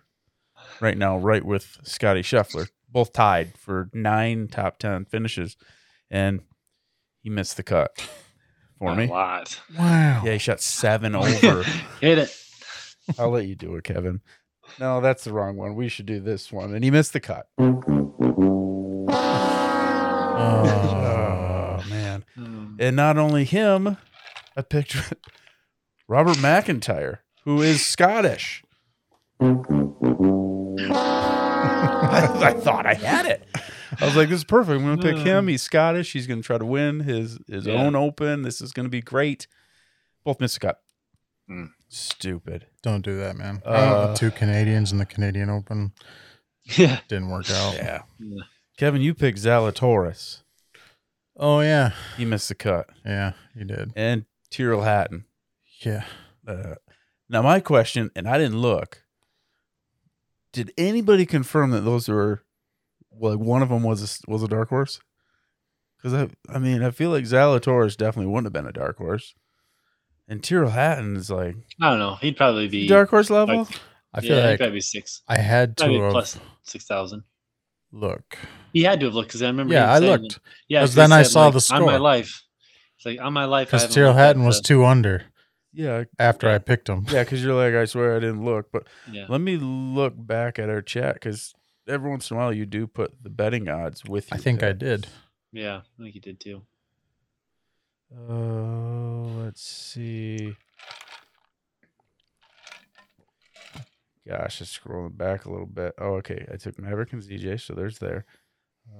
[SPEAKER 2] right now, right with Scotty Scheffler, both tied for nine top ten finishes, and he missed the cut for
[SPEAKER 3] a
[SPEAKER 2] me.
[SPEAKER 3] lot.
[SPEAKER 1] Wow.
[SPEAKER 2] Yeah, he shot seven over.
[SPEAKER 3] Hit it.
[SPEAKER 2] I'll let you do it, Kevin. No, that's the wrong one. We should do this one, and he missed the cut.
[SPEAKER 1] Oh.
[SPEAKER 2] Oh man!
[SPEAKER 3] Um,
[SPEAKER 2] And not only him, I picked Robert McIntyre, who is Scottish. I, I thought I had it. I was like, this is perfect. I'm going to pick him. He's Scottish. He's going to try to win his, his
[SPEAKER 3] Yeah.
[SPEAKER 2] own open. This is going to be great. Both missed a cut.
[SPEAKER 3] Mm.
[SPEAKER 2] Stupid.
[SPEAKER 1] Don't do that, man. I went with
[SPEAKER 2] Uh,
[SPEAKER 1] two Canadians in the Canadian Open.
[SPEAKER 3] yeah.
[SPEAKER 1] Didn't work out.
[SPEAKER 2] Yeah.
[SPEAKER 3] Yeah.
[SPEAKER 2] Kevin, you picked Zalatoris.
[SPEAKER 1] Oh, yeah.
[SPEAKER 2] He missed the cut.
[SPEAKER 1] Yeah, you did.
[SPEAKER 2] And Tyrrell Hatton.
[SPEAKER 1] Yeah.
[SPEAKER 2] Uh, now, my question, and I didn't look. Did anybody confirm that those were, well, like one of them was a, s- was a dark horse? Because I, I mean, I feel like Zalatoris definitely wouldn't have been a dark horse, and Tyrrell Hatton is like
[SPEAKER 3] I don't know. He'd probably be.
[SPEAKER 2] dark horse level.
[SPEAKER 1] I feel
[SPEAKER 3] yeah, he'd
[SPEAKER 1] like
[SPEAKER 3] probably be six.
[SPEAKER 1] I had to
[SPEAKER 3] Probably
[SPEAKER 1] have
[SPEAKER 3] plus six thousand.
[SPEAKER 1] look.
[SPEAKER 3] He had to have looked because I remember.
[SPEAKER 1] Yeah,
[SPEAKER 3] him
[SPEAKER 1] I
[SPEAKER 3] saying
[SPEAKER 1] looked.
[SPEAKER 3] that- Yeah,
[SPEAKER 1] 'Cause
[SPEAKER 3] 'cause
[SPEAKER 1] then
[SPEAKER 3] he
[SPEAKER 1] I
[SPEAKER 3] said,
[SPEAKER 1] saw
[SPEAKER 3] like,
[SPEAKER 1] the
[SPEAKER 3] on my
[SPEAKER 1] score."
[SPEAKER 3] life. It's like on my life. I
[SPEAKER 1] Because
[SPEAKER 3] haven't
[SPEAKER 1] Tyrrell
[SPEAKER 3] looked at
[SPEAKER 1] Hatton was
[SPEAKER 3] the-
[SPEAKER 1] two under
[SPEAKER 2] Yeah,
[SPEAKER 1] after I picked him.
[SPEAKER 2] yeah. Because you're like, I swear I didn't look, but
[SPEAKER 3] Yeah.
[SPEAKER 2] let me look back at our chat because every once in a while you do put the betting odds with.
[SPEAKER 1] I
[SPEAKER 2] your
[SPEAKER 1] think I
[SPEAKER 2] picks.
[SPEAKER 1] did.
[SPEAKER 3] Yeah, I think he did too.
[SPEAKER 2] Oh, let's see. Gosh, just scrolling back a little bit. Oh, okay. I took Maverick and ZJ, so there's there.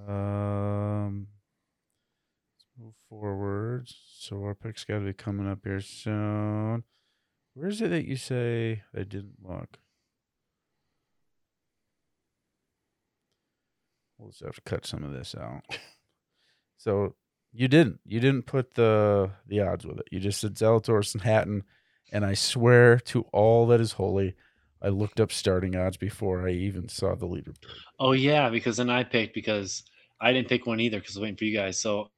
[SPEAKER 2] Um, let's move forward. So our pick's got to be coming up here soon. Where is it that you say I didn't look? We'll just have to cut some of this out. So you didn't. You didn't put the the odds with it. You just said Zalatoris and Hatton, and I swear to all that is holy, I looked up starting odds before I even saw the leader.
[SPEAKER 3] Oh yeah, because then I picked because I didn't pick one either because I was waiting for you guys. So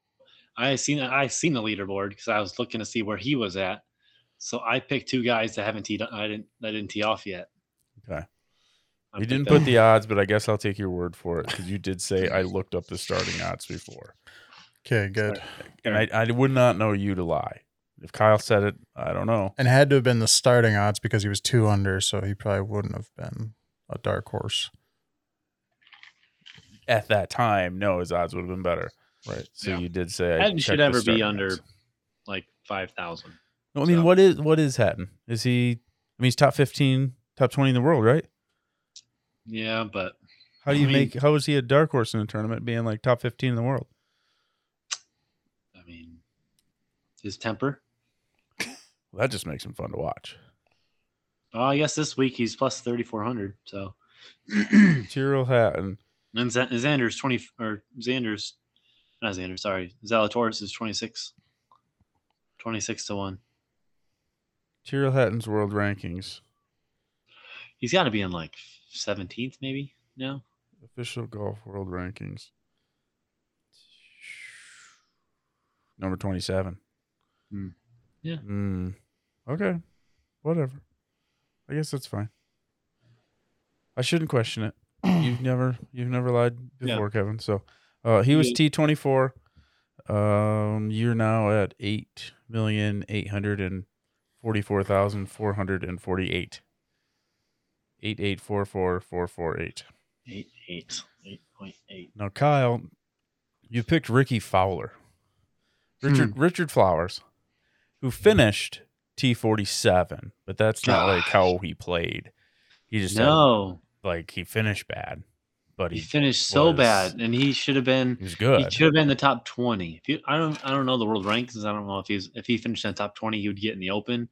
[SPEAKER 3] I seen I seen the leaderboard because I was looking to see where he was at. So I picked two guys that haven't teed. I didn't. I didn't tee off yet.
[SPEAKER 2] Okay.
[SPEAKER 3] I
[SPEAKER 2] You
[SPEAKER 3] picked
[SPEAKER 2] didn't
[SPEAKER 3] that
[SPEAKER 2] put the odds, but I guess I'll take your word for it because you did say I looked up the starting odds before,
[SPEAKER 1] Okay, good.
[SPEAKER 2] and I, I would not know you to lie. If Kyle said it, I don't know.
[SPEAKER 1] And it had to have been the starting odds because he was two under, so he probably wouldn't have been a dark horse.
[SPEAKER 2] At that time, no, his odds would have been better. Right. So
[SPEAKER 3] Yeah.
[SPEAKER 2] you did
[SPEAKER 1] uh,
[SPEAKER 2] say
[SPEAKER 3] Hatton
[SPEAKER 2] checked
[SPEAKER 3] should
[SPEAKER 2] the
[SPEAKER 3] never be
[SPEAKER 2] starting
[SPEAKER 3] under
[SPEAKER 2] odds.
[SPEAKER 3] like five thousand.
[SPEAKER 2] No, I mean,
[SPEAKER 3] so.
[SPEAKER 2] what is what is Hatton? Is he? I mean, he's top fifteen, top twenty in the world, right?
[SPEAKER 3] Yeah, but
[SPEAKER 2] How do you
[SPEAKER 3] I mean-
[SPEAKER 2] make? How is he a dark horse in a tournament, being like top fifteen in the world?
[SPEAKER 3] I mean, his temper.
[SPEAKER 2] Well, that just makes him fun to watch.
[SPEAKER 3] Oh, I guess this week he's plus thirty four hundred. So,
[SPEAKER 2] Tyrrell Hatton.
[SPEAKER 3] and Za- Xander's twenty or Xander's, not Xander. Sorry, Zalatoris is 26. 26 to one.
[SPEAKER 2] Tyrrell Hatton's world rankings.
[SPEAKER 3] He's got to be in like seventeenth, maybe. No,
[SPEAKER 2] Official golf world rankings. Number 27.
[SPEAKER 3] Hmm. Yeah.
[SPEAKER 2] Hmm. Okay. Whatever. I guess that's fine. I shouldn't question it. you've never you've never lied
[SPEAKER 3] Yeah.
[SPEAKER 2] before, Kevin. So uh he was
[SPEAKER 3] Yeah.
[SPEAKER 2] T twenty four. Um you're now at eight million eight hundred and forty four thousand four hundred and forty eight. Eight eight four four four four eight.
[SPEAKER 3] eight, eight, eight point eight.
[SPEAKER 2] Now, Kyle, you picked Ricky Fowler,
[SPEAKER 3] Hmm.
[SPEAKER 2] Richard Richard Flowers, who finished T forty seven, but that's not like how he played. He just had-
[SPEAKER 3] No,
[SPEAKER 2] like he finished bad, but
[SPEAKER 3] he
[SPEAKER 2] he,
[SPEAKER 3] finished so
[SPEAKER 2] was-
[SPEAKER 3] bad, and he should have been.
[SPEAKER 2] he was
[SPEAKER 3] He
[SPEAKER 2] good.
[SPEAKER 3] should have been in the top twenty. If you, I don't, I don't know the world rankings. I don't know if he's if he finished in the top twenty, he would get in the Open.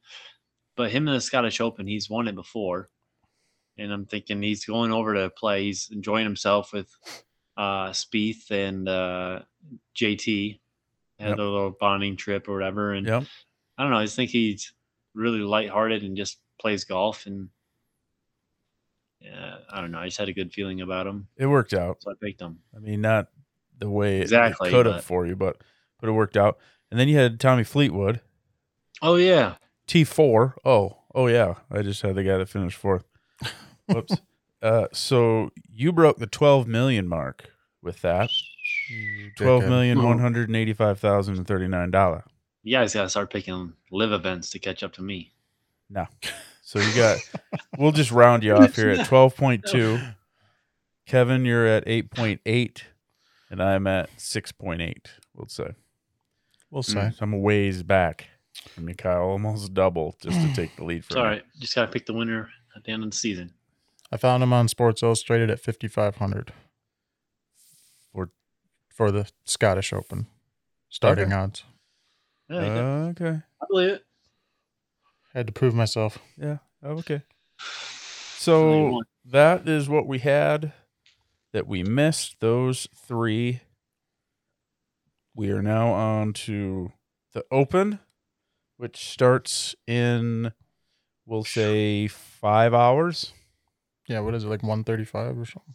[SPEAKER 3] But him in the Scottish Open, he's won it before, and I'm thinking he's going over to play. He's enjoying himself with uh, Spieth and uh, JT. Had
[SPEAKER 2] Yep.
[SPEAKER 3] their little bonding trip or whatever, and
[SPEAKER 2] Yep.
[SPEAKER 3] I don't know. I just think he's really lighthearted and just plays golf, and yeah, I don't know. I just had a good feeling about him,
[SPEAKER 2] It worked out.
[SPEAKER 3] so I picked him.
[SPEAKER 2] I mean, not the way it-
[SPEAKER 3] Exactly,
[SPEAKER 2] it could
[SPEAKER 3] but-
[SPEAKER 2] have for you, but but it worked out. And then you had Tommy Fleetwood,
[SPEAKER 3] Oh yeah,
[SPEAKER 2] T four. Oh, oh yeah. I just had the guy that finished fourth. Whoops. uh, so you broke the twelve million mark with that. Twelve million one hundred and eighty five thousand and thirty nine dollar.
[SPEAKER 3] You guys gotta start picking live events to catch up to me.
[SPEAKER 2] So you got we'll just round you off here at twelve point two. Kevin, you're at eight point eight, and I'm at six point eight, we'll say. Hmm,
[SPEAKER 1] We'll
[SPEAKER 2] So
[SPEAKER 1] say.
[SPEAKER 2] I'm a ways back. I mean Kyle almost double just to take the lead
[SPEAKER 3] It's
[SPEAKER 2] for
[SPEAKER 3] all right. Just gotta pick the winner at the end of the season.
[SPEAKER 1] I found him on Sports Illustrated at 5,500
[SPEAKER 2] For-
[SPEAKER 1] for the Scottish Open starting odds.
[SPEAKER 2] Uh,
[SPEAKER 3] Yeah, you did.
[SPEAKER 2] okay.
[SPEAKER 3] I believe it.
[SPEAKER 1] Had to prove myself.
[SPEAKER 2] Oh, okay.
[SPEAKER 3] So you
[SPEAKER 2] So
[SPEAKER 3] won.
[SPEAKER 2] that is what we had that we missed. Those three. We are now on to the Open, which starts in, we'll say, five hours.
[SPEAKER 1] Yeah, what is it, like 135 or something?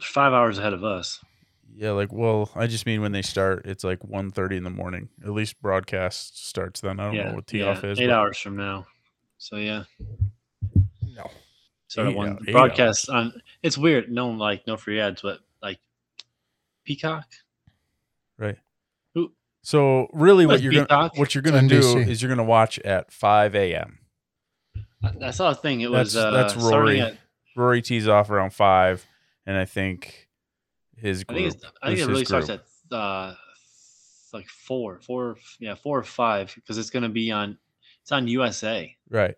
[SPEAKER 3] Five hours ahead of us.
[SPEAKER 2] Yeah, like well, I just mean when they start, it's like 1.30 in the morning. At least broadcast starts then. I don't
[SPEAKER 3] yeah,
[SPEAKER 2] know what tee
[SPEAKER 3] yeah,
[SPEAKER 2] off is.
[SPEAKER 3] Eight
[SPEAKER 2] but-
[SPEAKER 3] hours from now. So yeah.
[SPEAKER 1] No.
[SPEAKER 3] So
[SPEAKER 2] Eight
[SPEAKER 3] one
[SPEAKER 2] hou- eight
[SPEAKER 3] broadcast on. It's weird. No, like no free ads, but like Peacock.
[SPEAKER 2] So really, what
[SPEAKER 3] Like
[SPEAKER 2] you're gonna,
[SPEAKER 3] Peacock?
[SPEAKER 2] what you're gonna do
[SPEAKER 1] NBC.
[SPEAKER 2] is you're gonna watch at 5 a.m.
[SPEAKER 3] I, I saw a thing. It was
[SPEAKER 2] That's-
[SPEAKER 3] uh,
[SPEAKER 2] that's
[SPEAKER 3] starting
[SPEAKER 2] Rory.
[SPEAKER 3] at-
[SPEAKER 2] Rory tees off around five, and I think his
[SPEAKER 3] I
[SPEAKER 2] group.
[SPEAKER 3] think it's, I think
[SPEAKER 2] This
[SPEAKER 3] it really
[SPEAKER 2] is
[SPEAKER 3] starts
[SPEAKER 2] group.
[SPEAKER 3] at uh, like four, four, yeah, four or five because it's gonna be on. It's on USA.
[SPEAKER 2] right.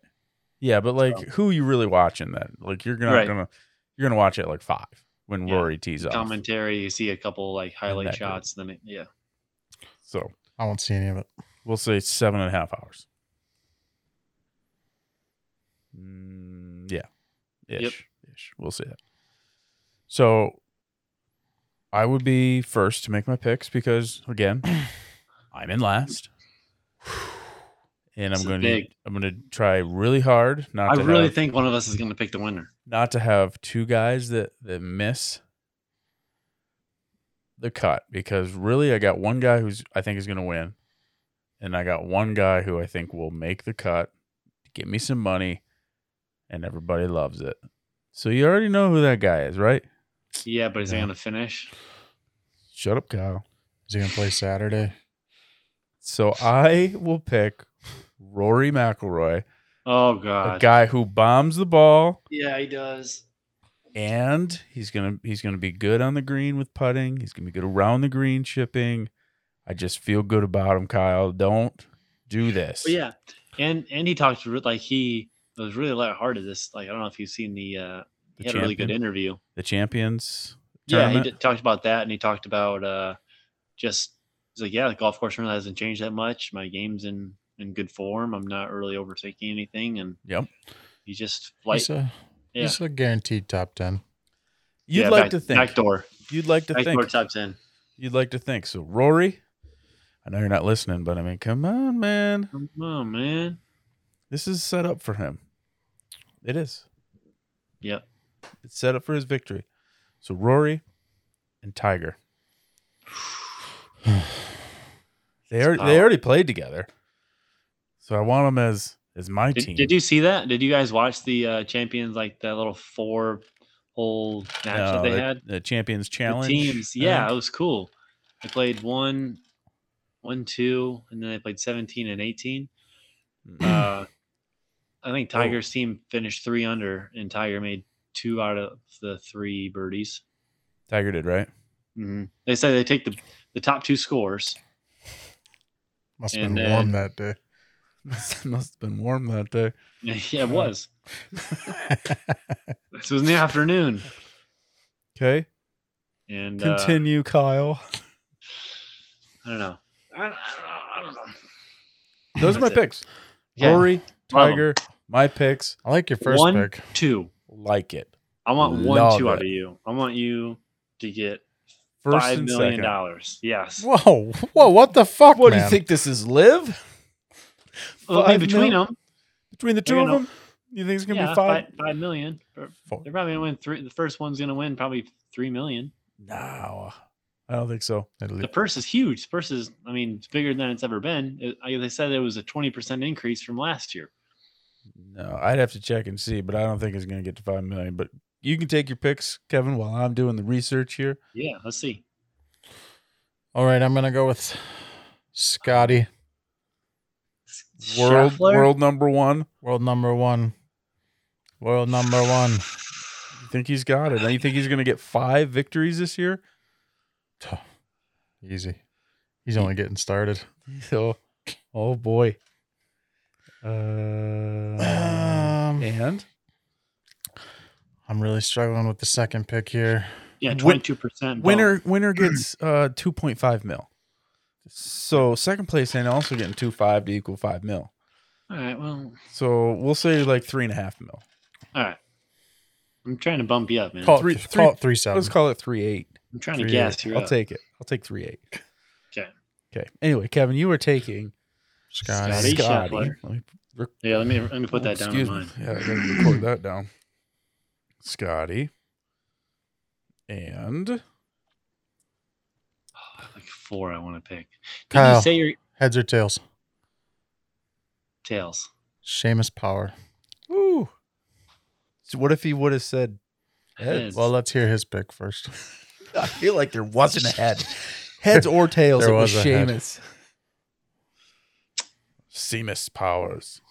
[SPEAKER 2] Yeah, but like, who you really watching then? Like, you're not
[SPEAKER 3] Right.
[SPEAKER 2] gonna you're gonna watch it at like five when
[SPEAKER 3] Yeah.
[SPEAKER 2] Rory tees off.
[SPEAKER 3] commentary. You see a couple like highlight
[SPEAKER 2] that good.
[SPEAKER 3] shots. Then it, yeah,
[SPEAKER 2] So
[SPEAKER 1] I won't see any of it.
[SPEAKER 2] we'll say seven and a half hours. Mm, yeah, ish, ish. We'll see that. So, I would be first to make my picks because again, I'm in last, and
[SPEAKER 3] This
[SPEAKER 2] I'm
[SPEAKER 3] is
[SPEAKER 2] going to
[SPEAKER 3] big.
[SPEAKER 2] I'm going to try really hard not.
[SPEAKER 3] I
[SPEAKER 2] to
[SPEAKER 3] really
[SPEAKER 2] have,
[SPEAKER 3] think one of us is going to pick the winner.
[SPEAKER 2] not to have two guys that that miss the cut because really I got one guy who's I think is going to win and I got one guy who I think will make the cut, give me some money and everybody loves it. So you already know who that guy is, right?
[SPEAKER 3] Yeah, but is he
[SPEAKER 1] Yeah.
[SPEAKER 3] gonna finish?
[SPEAKER 2] Shut up, Kyle.
[SPEAKER 1] Is he gonna play Saturday?
[SPEAKER 2] So I will pick Rory McIlroy,
[SPEAKER 3] Oh
[SPEAKER 2] a
[SPEAKER 3] god.
[SPEAKER 2] guy who bombs the ball,
[SPEAKER 3] Yeah, he does.
[SPEAKER 2] and he's gonna he's gonna be good on the green with putting. He's gonna be good around the green chipping. I just feel good about him, Kyle. Don't do this.
[SPEAKER 3] But yeah, and and he talked re- like he was really lighthearted. This like I don't know if you've seen the uh,
[SPEAKER 2] the,
[SPEAKER 3] he had a really good
[SPEAKER 2] champion-
[SPEAKER 3] interview.
[SPEAKER 2] the champions.
[SPEAKER 3] Yeah,
[SPEAKER 2] Tournament.
[SPEAKER 3] he did, talked about that, and he talked about uh, just he's like, yeah, the golf course really hasn't changed that much. My game's in in good form. I'm not really overthinking anything, and
[SPEAKER 2] Yep.
[SPEAKER 3] he just like
[SPEAKER 1] he's a
[SPEAKER 3] yeah,
[SPEAKER 1] he's a guaranteed top ten.
[SPEAKER 2] You'd
[SPEAKER 3] yeah,
[SPEAKER 2] like
[SPEAKER 3] back-
[SPEAKER 2] to think.
[SPEAKER 3] backdoor
[SPEAKER 2] You'd like to
[SPEAKER 3] backdoor
[SPEAKER 2] think.
[SPEAKER 3] top ten.
[SPEAKER 2] You'd like to think. So Rory, I know you're not listening, but I mean, come on, man.
[SPEAKER 3] Come on, man.
[SPEAKER 2] This is set up for him. It is.
[SPEAKER 3] Yep.
[SPEAKER 2] It's set up for his victory. So Rory and Tiger. They are, they
[SPEAKER 3] power.
[SPEAKER 2] already played together. So I want them as as my team.
[SPEAKER 3] Did, did you see that? Did you guys watch the uh, champions like that little four hole match that
[SPEAKER 2] No,
[SPEAKER 3] they
[SPEAKER 2] the,
[SPEAKER 3] had?
[SPEAKER 2] the Champions
[SPEAKER 3] The
[SPEAKER 2] Challenge Uh-huh.
[SPEAKER 3] teams.
[SPEAKER 2] I
[SPEAKER 3] Yeah,
[SPEAKER 2] think.
[SPEAKER 3] it was cool. They played one, one, two, and then they played seventeen and eighteen.
[SPEAKER 2] Mm-hmm.
[SPEAKER 3] Uh, I think
[SPEAKER 2] Oh.
[SPEAKER 3] Tiger's team finished three under, and Tiger made two out of the three birdies.
[SPEAKER 2] Tiger did right. Mm-hmm.
[SPEAKER 3] hmm They said they take the the top two scores.
[SPEAKER 1] Must have
[SPEAKER 3] And
[SPEAKER 1] been warm
[SPEAKER 3] then-
[SPEAKER 1] that day.
[SPEAKER 2] Must have been warm that day.
[SPEAKER 3] yeah, it was. This was in the afternoon,
[SPEAKER 2] Okay,
[SPEAKER 3] and uh,
[SPEAKER 2] continue, Kyle.
[SPEAKER 3] I don't know. I don't, I don't know. I don't know.
[SPEAKER 2] Those are my
[SPEAKER 3] That's it.
[SPEAKER 2] picks.
[SPEAKER 3] Yeah,
[SPEAKER 2] Rory,
[SPEAKER 3] Love 'em.
[SPEAKER 2] Tiger, my picks.
[SPEAKER 1] I like your first
[SPEAKER 3] One-
[SPEAKER 1] pick.
[SPEAKER 3] two.
[SPEAKER 2] Like it.
[SPEAKER 3] I want one
[SPEAKER 2] Love
[SPEAKER 3] two out
[SPEAKER 2] it.
[SPEAKER 3] of you. I want you to get
[SPEAKER 2] First
[SPEAKER 3] five
[SPEAKER 2] and
[SPEAKER 3] million
[SPEAKER 2] second.
[SPEAKER 3] dollars. Yes.
[SPEAKER 1] Whoa, whoa, what the fuck?
[SPEAKER 2] What do
[SPEAKER 1] man?
[SPEAKER 2] you think this is? Live
[SPEAKER 3] Well,
[SPEAKER 2] Five
[SPEAKER 3] in between
[SPEAKER 2] mil-
[SPEAKER 3] them,
[SPEAKER 2] between the two
[SPEAKER 3] They're
[SPEAKER 2] of
[SPEAKER 3] gonna-
[SPEAKER 2] them? You think it's gonna
[SPEAKER 3] yeah,
[SPEAKER 2] be
[SPEAKER 3] five
[SPEAKER 2] five?
[SPEAKER 3] five million. They're
[SPEAKER 2] Four.
[SPEAKER 3] probably gonna win three. The first one's gonna win probably three million.
[SPEAKER 2] No, I don't think so.
[SPEAKER 1] At
[SPEAKER 3] The
[SPEAKER 1] least-
[SPEAKER 3] purse is huge. The purse is, I mean, it's bigger than it's ever been. It, I, they said it was a twenty percent increase from last year.
[SPEAKER 2] No, I'd have to check and see, but I don't think it's gonna get to five million. But you can take your picks, Kevin, while I'm doing the research here.
[SPEAKER 3] Yeah, let's see.
[SPEAKER 1] All right, I'm gonna go with Scotty,
[SPEAKER 2] World
[SPEAKER 3] Scheffler?
[SPEAKER 2] world number one.
[SPEAKER 1] world number one. World number one.
[SPEAKER 2] You think he's got it? And you think he's gonna get five victories this year?
[SPEAKER 1] Tuh, Easy. He's only getting started.
[SPEAKER 2] So oh boy. Uh,
[SPEAKER 1] Um,
[SPEAKER 2] and
[SPEAKER 1] I'm really struggling with the second pick here.
[SPEAKER 3] Yeah,
[SPEAKER 2] Win-
[SPEAKER 3] twenty two percent.
[SPEAKER 2] Winner winner gets uh two point five mil. So second place and also getting two five to equal five mil.
[SPEAKER 3] All right. Well,
[SPEAKER 2] So we'll say like three and a half mil.
[SPEAKER 3] all right. I'm trying to bump you up, man.
[SPEAKER 1] Call,
[SPEAKER 2] Three-
[SPEAKER 1] it, call
[SPEAKER 2] three-
[SPEAKER 1] it three seven.
[SPEAKER 2] Let's call it three eight.
[SPEAKER 3] I'm trying to
[SPEAKER 2] Three
[SPEAKER 3] guess.
[SPEAKER 2] eight.
[SPEAKER 3] you
[SPEAKER 2] I'll
[SPEAKER 3] up.
[SPEAKER 2] take it. I'll take three eight.
[SPEAKER 3] 'Kay.
[SPEAKER 2] Okay. Anyway, Kevin, you were taking
[SPEAKER 1] Scotty.
[SPEAKER 3] Scotty.
[SPEAKER 2] Scotty.
[SPEAKER 3] Scheffler.
[SPEAKER 2] Let me
[SPEAKER 3] Yeah, let me let me put
[SPEAKER 2] oh,
[SPEAKER 3] that down in
[SPEAKER 2] excuse
[SPEAKER 3] mind.
[SPEAKER 2] me. Yeah, I gotta record that down. Scotty. And
[SPEAKER 3] Like four, I want to pick. Did
[SPEAKER 1] Kyle.
[SPEAKER 3] you say your
[SPEAKER 1] Heads or tails?
[SPEAKER 3] tails?
[SPEAKER 1] Seamus Power.
[SPEAKER 2] ooh. So what if he would have said heads?
[SPEAKER 3] Heads.
[SPEAKER 1] Well, let's hear his pick first.
[SPEAKER 2] I feel like there wasn't a head. Heads or tails,
[SPEAKER 1] There
[SPEAKER 2] it was,
[SPEAKER 1] was a head.
[SPEAKER 2] Seamus. Seamus Powers.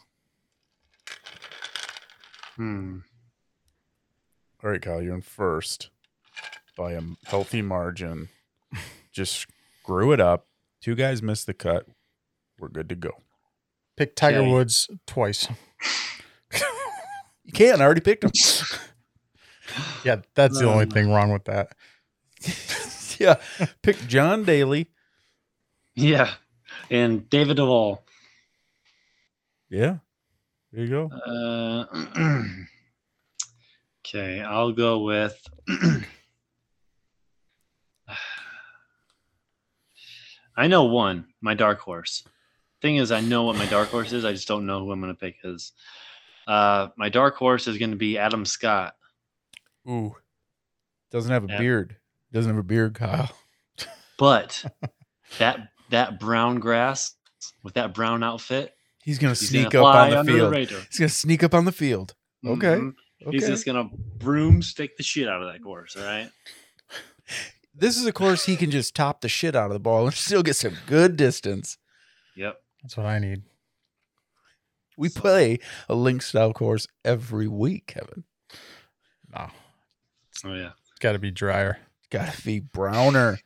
[SPEAKER 3] Hmm.
[SPEAKER 2] All right, Kyle, you're in first by a healthy margin. Just screw it up. Two guys missed the cut. We're good to go.
[SPEAKER 1] Pick Tiger
[SPEAKER 3] Okay.
[SPEAKER 1] Woods twice.
[SPEAKER 2] You can. I already picked him.
[SPEAKER 1] Yeah, that's the only
[SPEAKER 3] Um,
[SPEAKER 1] thing wrong with that.
[SPEAKER 2] yeah. Pick John Daly.
[SPEAKER 3] Yeah, and David Duvall.
[SPEAKER 2] Yeah. There you go.
[SPEAKER 3] Uh, okay, I'll go with. I know one, my dark horse. Thing is, I know what my dark horse is. I just don't know who I'm going to pick. Is uh, my dark horse is going to be Adam Scott.
[SPEAKER 2] Ooh. Doesn't have a
[SPEAKER 3] Yeah.
[SPEAKER 2] beard. Doesn't have a beard, Kyle.
[SPEAKER 3] But that that brown grass with that brown outfit,
[SPEAKER 2] He's going to
[SPEAKER 3] he's gonna
[SPEAKER 2] sneak up on
[SPEAKER 3] fly
[SPEAKER 2] the
[SPEAKER 3] under
[SPEAKER 2] field.
[SPEAKER 3] radar.
[SPEAKER 2] he's going to sneak up on the field. Okay.
[SPEAKER 3] Mhm. He's
[SPEAKER 4] Okay.
[SPEAKER 3] just gonna broomstick the shit out of that course. All right.
[SPEAKER 4] This is a course he can just top the shit out of the ball and still get some good distance.
[SPEAKER 3] Yep.
[SPEAKER 1] That's what I need.
[SPEAKER 4] We play a link style course every week, Kevin.
[SPEAKER 1] No,
[SPEAKER 3] Oh yeah.
[SPEAKER 1] it's got to be drier.
[SPEAKER 4] Gotta be browner.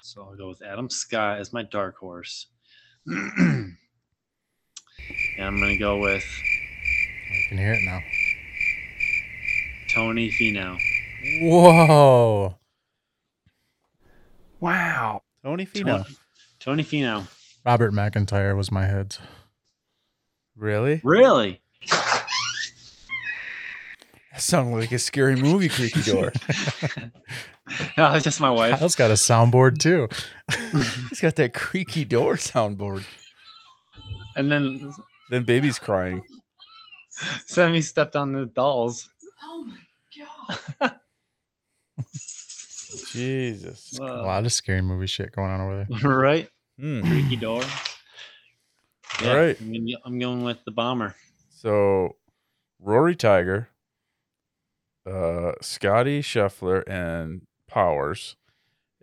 [SPEAKER 3] So I'll go with Adam Scott as my dark horse. and I'm gonna go with
[SPEAKER 1] You can hear it now.
[SPEAKER 3] Tony Finau.
[SPEAKER 1] Whoa.
[SPEAKER 2] Wow. Tony Fino.
[SPEAKER 3] Tony, Tony Finau.
[SPEAKER 1] Robert McIntyre was my heads.
[SPEAKER 2] Really?
[SPEAKER 3] Really?
[SPEAKER 4] That sounded like a scary movie, Creaky Door.
[SPEAKER 3] No, Oh, it's just my wife.
[SPEAKER 1] Kyle's got a soundboard too.
[SPEAKER 4] He's got that creaky door soundboard.
[SPEAKER 3] And then
[SPEAKER 2] Then baby's crying.
[SPEAKER 3] Sammy stepped on the dolls.
[SPEAKER 5] Oh my god.
[SPEAKER 2] Jesus.
[SPEAKER 1] A
[SPEAKER 3] Wow.
[SPEAKER 1] lot of scary movie shit going on over there.
[SPEAKER 3] right?
[SPEAKER 2] Hmm.
[SPEAKER 3] Freaky door.
[SPEAKER 2] All right.
[SPEAKER 3] I'm, gonna- I'm going with the bomber.
[SPEAKER 2] So Rory Tiger, uh, Scotty Scheffler, and Powers,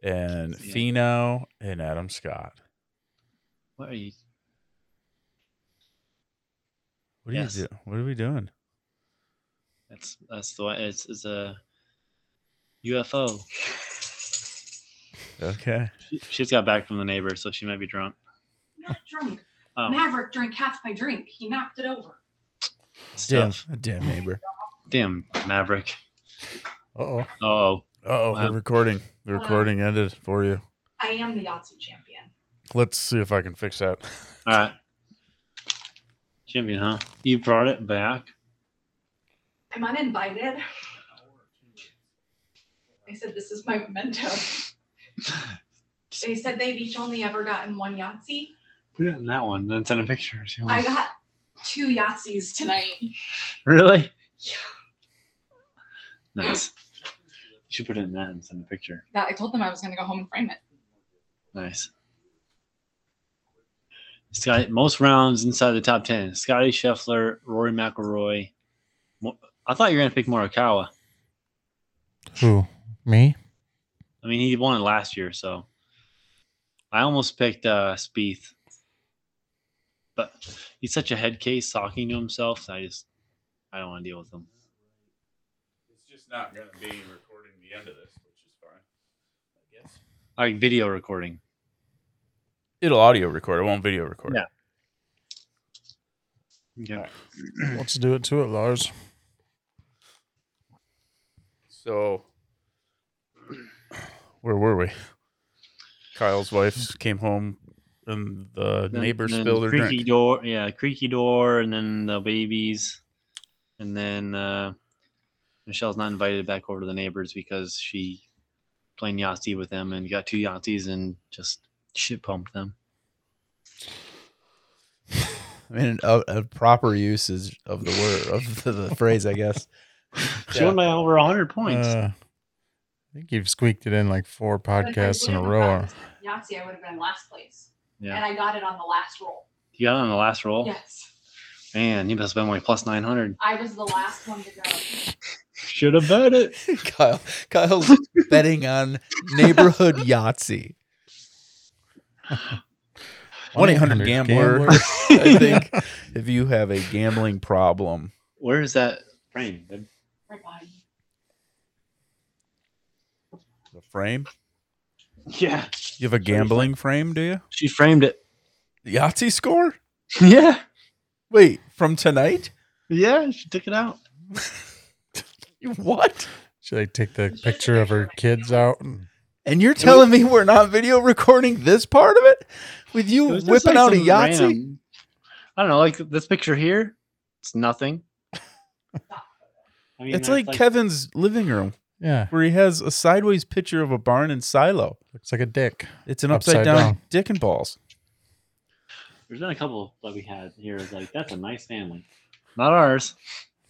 [SPEAKER 2] and
[SPEAKER 3] Yeah.
[SPEAKER 2] Finau and Adam Scott.
[SPEAKER 3] What are you?
[SPEAKER 2] What are
[SPEAKER 3] Yes.
[SPEAKER 2] you do? What are we doing?
[SPEAKER 3] That's that's the way. It's it's a UFO.
[SPEAKER 2] Okay.
[SPEAKER 3] She, she just got back from the neighbor, so she might be drunk.
[SPEAKER 5] Not drunk.
[SPEAKER 3] Oh,
[SPEAKER 5] Maverick drank half my drink. He knocked it over.
[SPEAKER 4] Damn,
[SPEAKER 3] stuff.
[SPEAKER 4] damn neighbor.
[SPEAKER 3] Damn, Maverick.
[SPEAKER 1] Uh oh.
[SPEAKER 3] Oh,
[SPEAKER 2] Oh,
[SPEAKER 3] Wow.
[SPEAKER 2] we're recording. The
[SPEAKER 5] Wow.
[SPEAKER 2] recording ended for you.
[SPEAKER 5] I am the Yahtzee champion.
[SPEAKER 2] Let's see if I can fix that.
[SPEAKER 3] all right. Champion, huh? You brought it back.
[SPEAKER 5] I'm uninvited. I said, this is my memento. They said they've each only ever gotten one Yahtzee.
[SPEAKER 3] Put it in that one, then send a picture. See what-
[SPEAKER 5] I got two Yahtzees tonight.
[SPEAKER 3] Really?
[SPEAKER 5] Yeah.
[SPEAKER 3] Nice. You should put it in that and send a picture.
[SPEAKER 5] That I told them I was gonna go home and frame it.
[SPEAKER 3] Nice. Scott, most rounds inside the top 10. Scotty Scheffler, Rory McIlroy. Mo- I thought you were going to pick Morikawa.
[SPEAKER 1] Who? Me?
[SPEAKER 3] I mean, he won it last year, so I almost picked uh, Spieth, but he's such a head case talking to himself. I just I don't want to deal with him.
[SPEAKER 2] It's just not going to be recording the end of this, which is fine. I guess
[SPEAKER 3] All right, video recording.
[SPEAKER 2] it'll audio record. It won't video record.
[SPEAKER 3] Yeah. Yeah.
[SPEAKER 1] Let's do it to it, Lars.
[SPEAKER 2] So, where were we? Kyle's wife came home, and the neighbor spilled her
[SPEAKER 3] creaky
[SPEAKER 2] drink.
[SPEAKER 3] door. Yeah, creaky door, and then the babies, and then uh, Michelle's not invited back over to the neighbors because she playing Yahtzee with them and got two Yahtzees and just shit pumped them.
[SPEAKER 4] I mean, a, a proper usage of the word of the, the phrase, I guess.
[SPEAKER 3] She won by over hundred points.
[SPEAKER 1] Uh, I think you've squeaked it in like four
[SPEAKER 5] But if I
[SPEAKER 1] podcasts in a
[SPEAKER 5] would've
[SPEAKER 1] row.
[SPEAKER 5] gotten Yahtzee, I would have been in last place.
[SPEAKER 3] Yeah. Oh.
[SPEAKER 5] And I got it on the last roll.
[SPEAKER 3] You got it on the last roll?
[SPEAKER 5] Yes.
[SPEAKER 3] Man, you must have been like plus 900.
[SPEAKER 5] I was the last one to go.
[SPEAKER 3] Should have bet it.
[SPEAKER 4] Kyle, Kyle's betting on neighborhood Yahtzee.
[SPEAKER 2] One eight hundred gambler. I think if you have a gambling problem,
[SPEAKER 3] Where is that frame? That-
[SPEAKER 5] Right behind you.
[SPEAKER 2] the frame.
[SPEAKER 3] Yeah.
[SPEAKER 2] You have a gambling frame, do you?
[SPEAKER 3] She framed it.
[SPEAKER 2] Yahtzee score?
[SPEAKER 3] Yeah.
[SPEAKER 2] Wait, from tonight?
[SPEAKER 3] Yeah. She took it out.
[SPEAKER 4] What?
[SPEAKER 1] Should I take the picture of her kids out? and-
[SPEAKER 4] And you're telling me we're not video recording this part of it with you
[SPEAKER 3] It was
[SPEAKER 4] whipping
[SPEAKER 3] just
[SPEAKER 4] out
[SPEAKER 3] like
[SPEAKER 4] a
[SPEAKER 3] some
[SPEAKER 4] Yahtzee?
[SPEAKER 3] random- I don't know. Like this picture here, it's nothing. I mean,
[SPEAKER 2] It's
[SPEAKER 3] that's
[SPEAKER 2] like Kevin's living room
[SPEAKER 1] Yeah,
[SPEAKER 2] where he has a sideways picture of a barn and silo.
[SPEAKER 1] looks like a dick.
[SPEAKER 2] It's an upside,
[SPEAKER 1] Upside
[SPEAKER 2] down,
[SPEAKER 1] down.
[SPEAKER 2] dick and balls.
[SPEAKER 3] there's been a couple that we had here. It's like, that's a nice family. Not ours.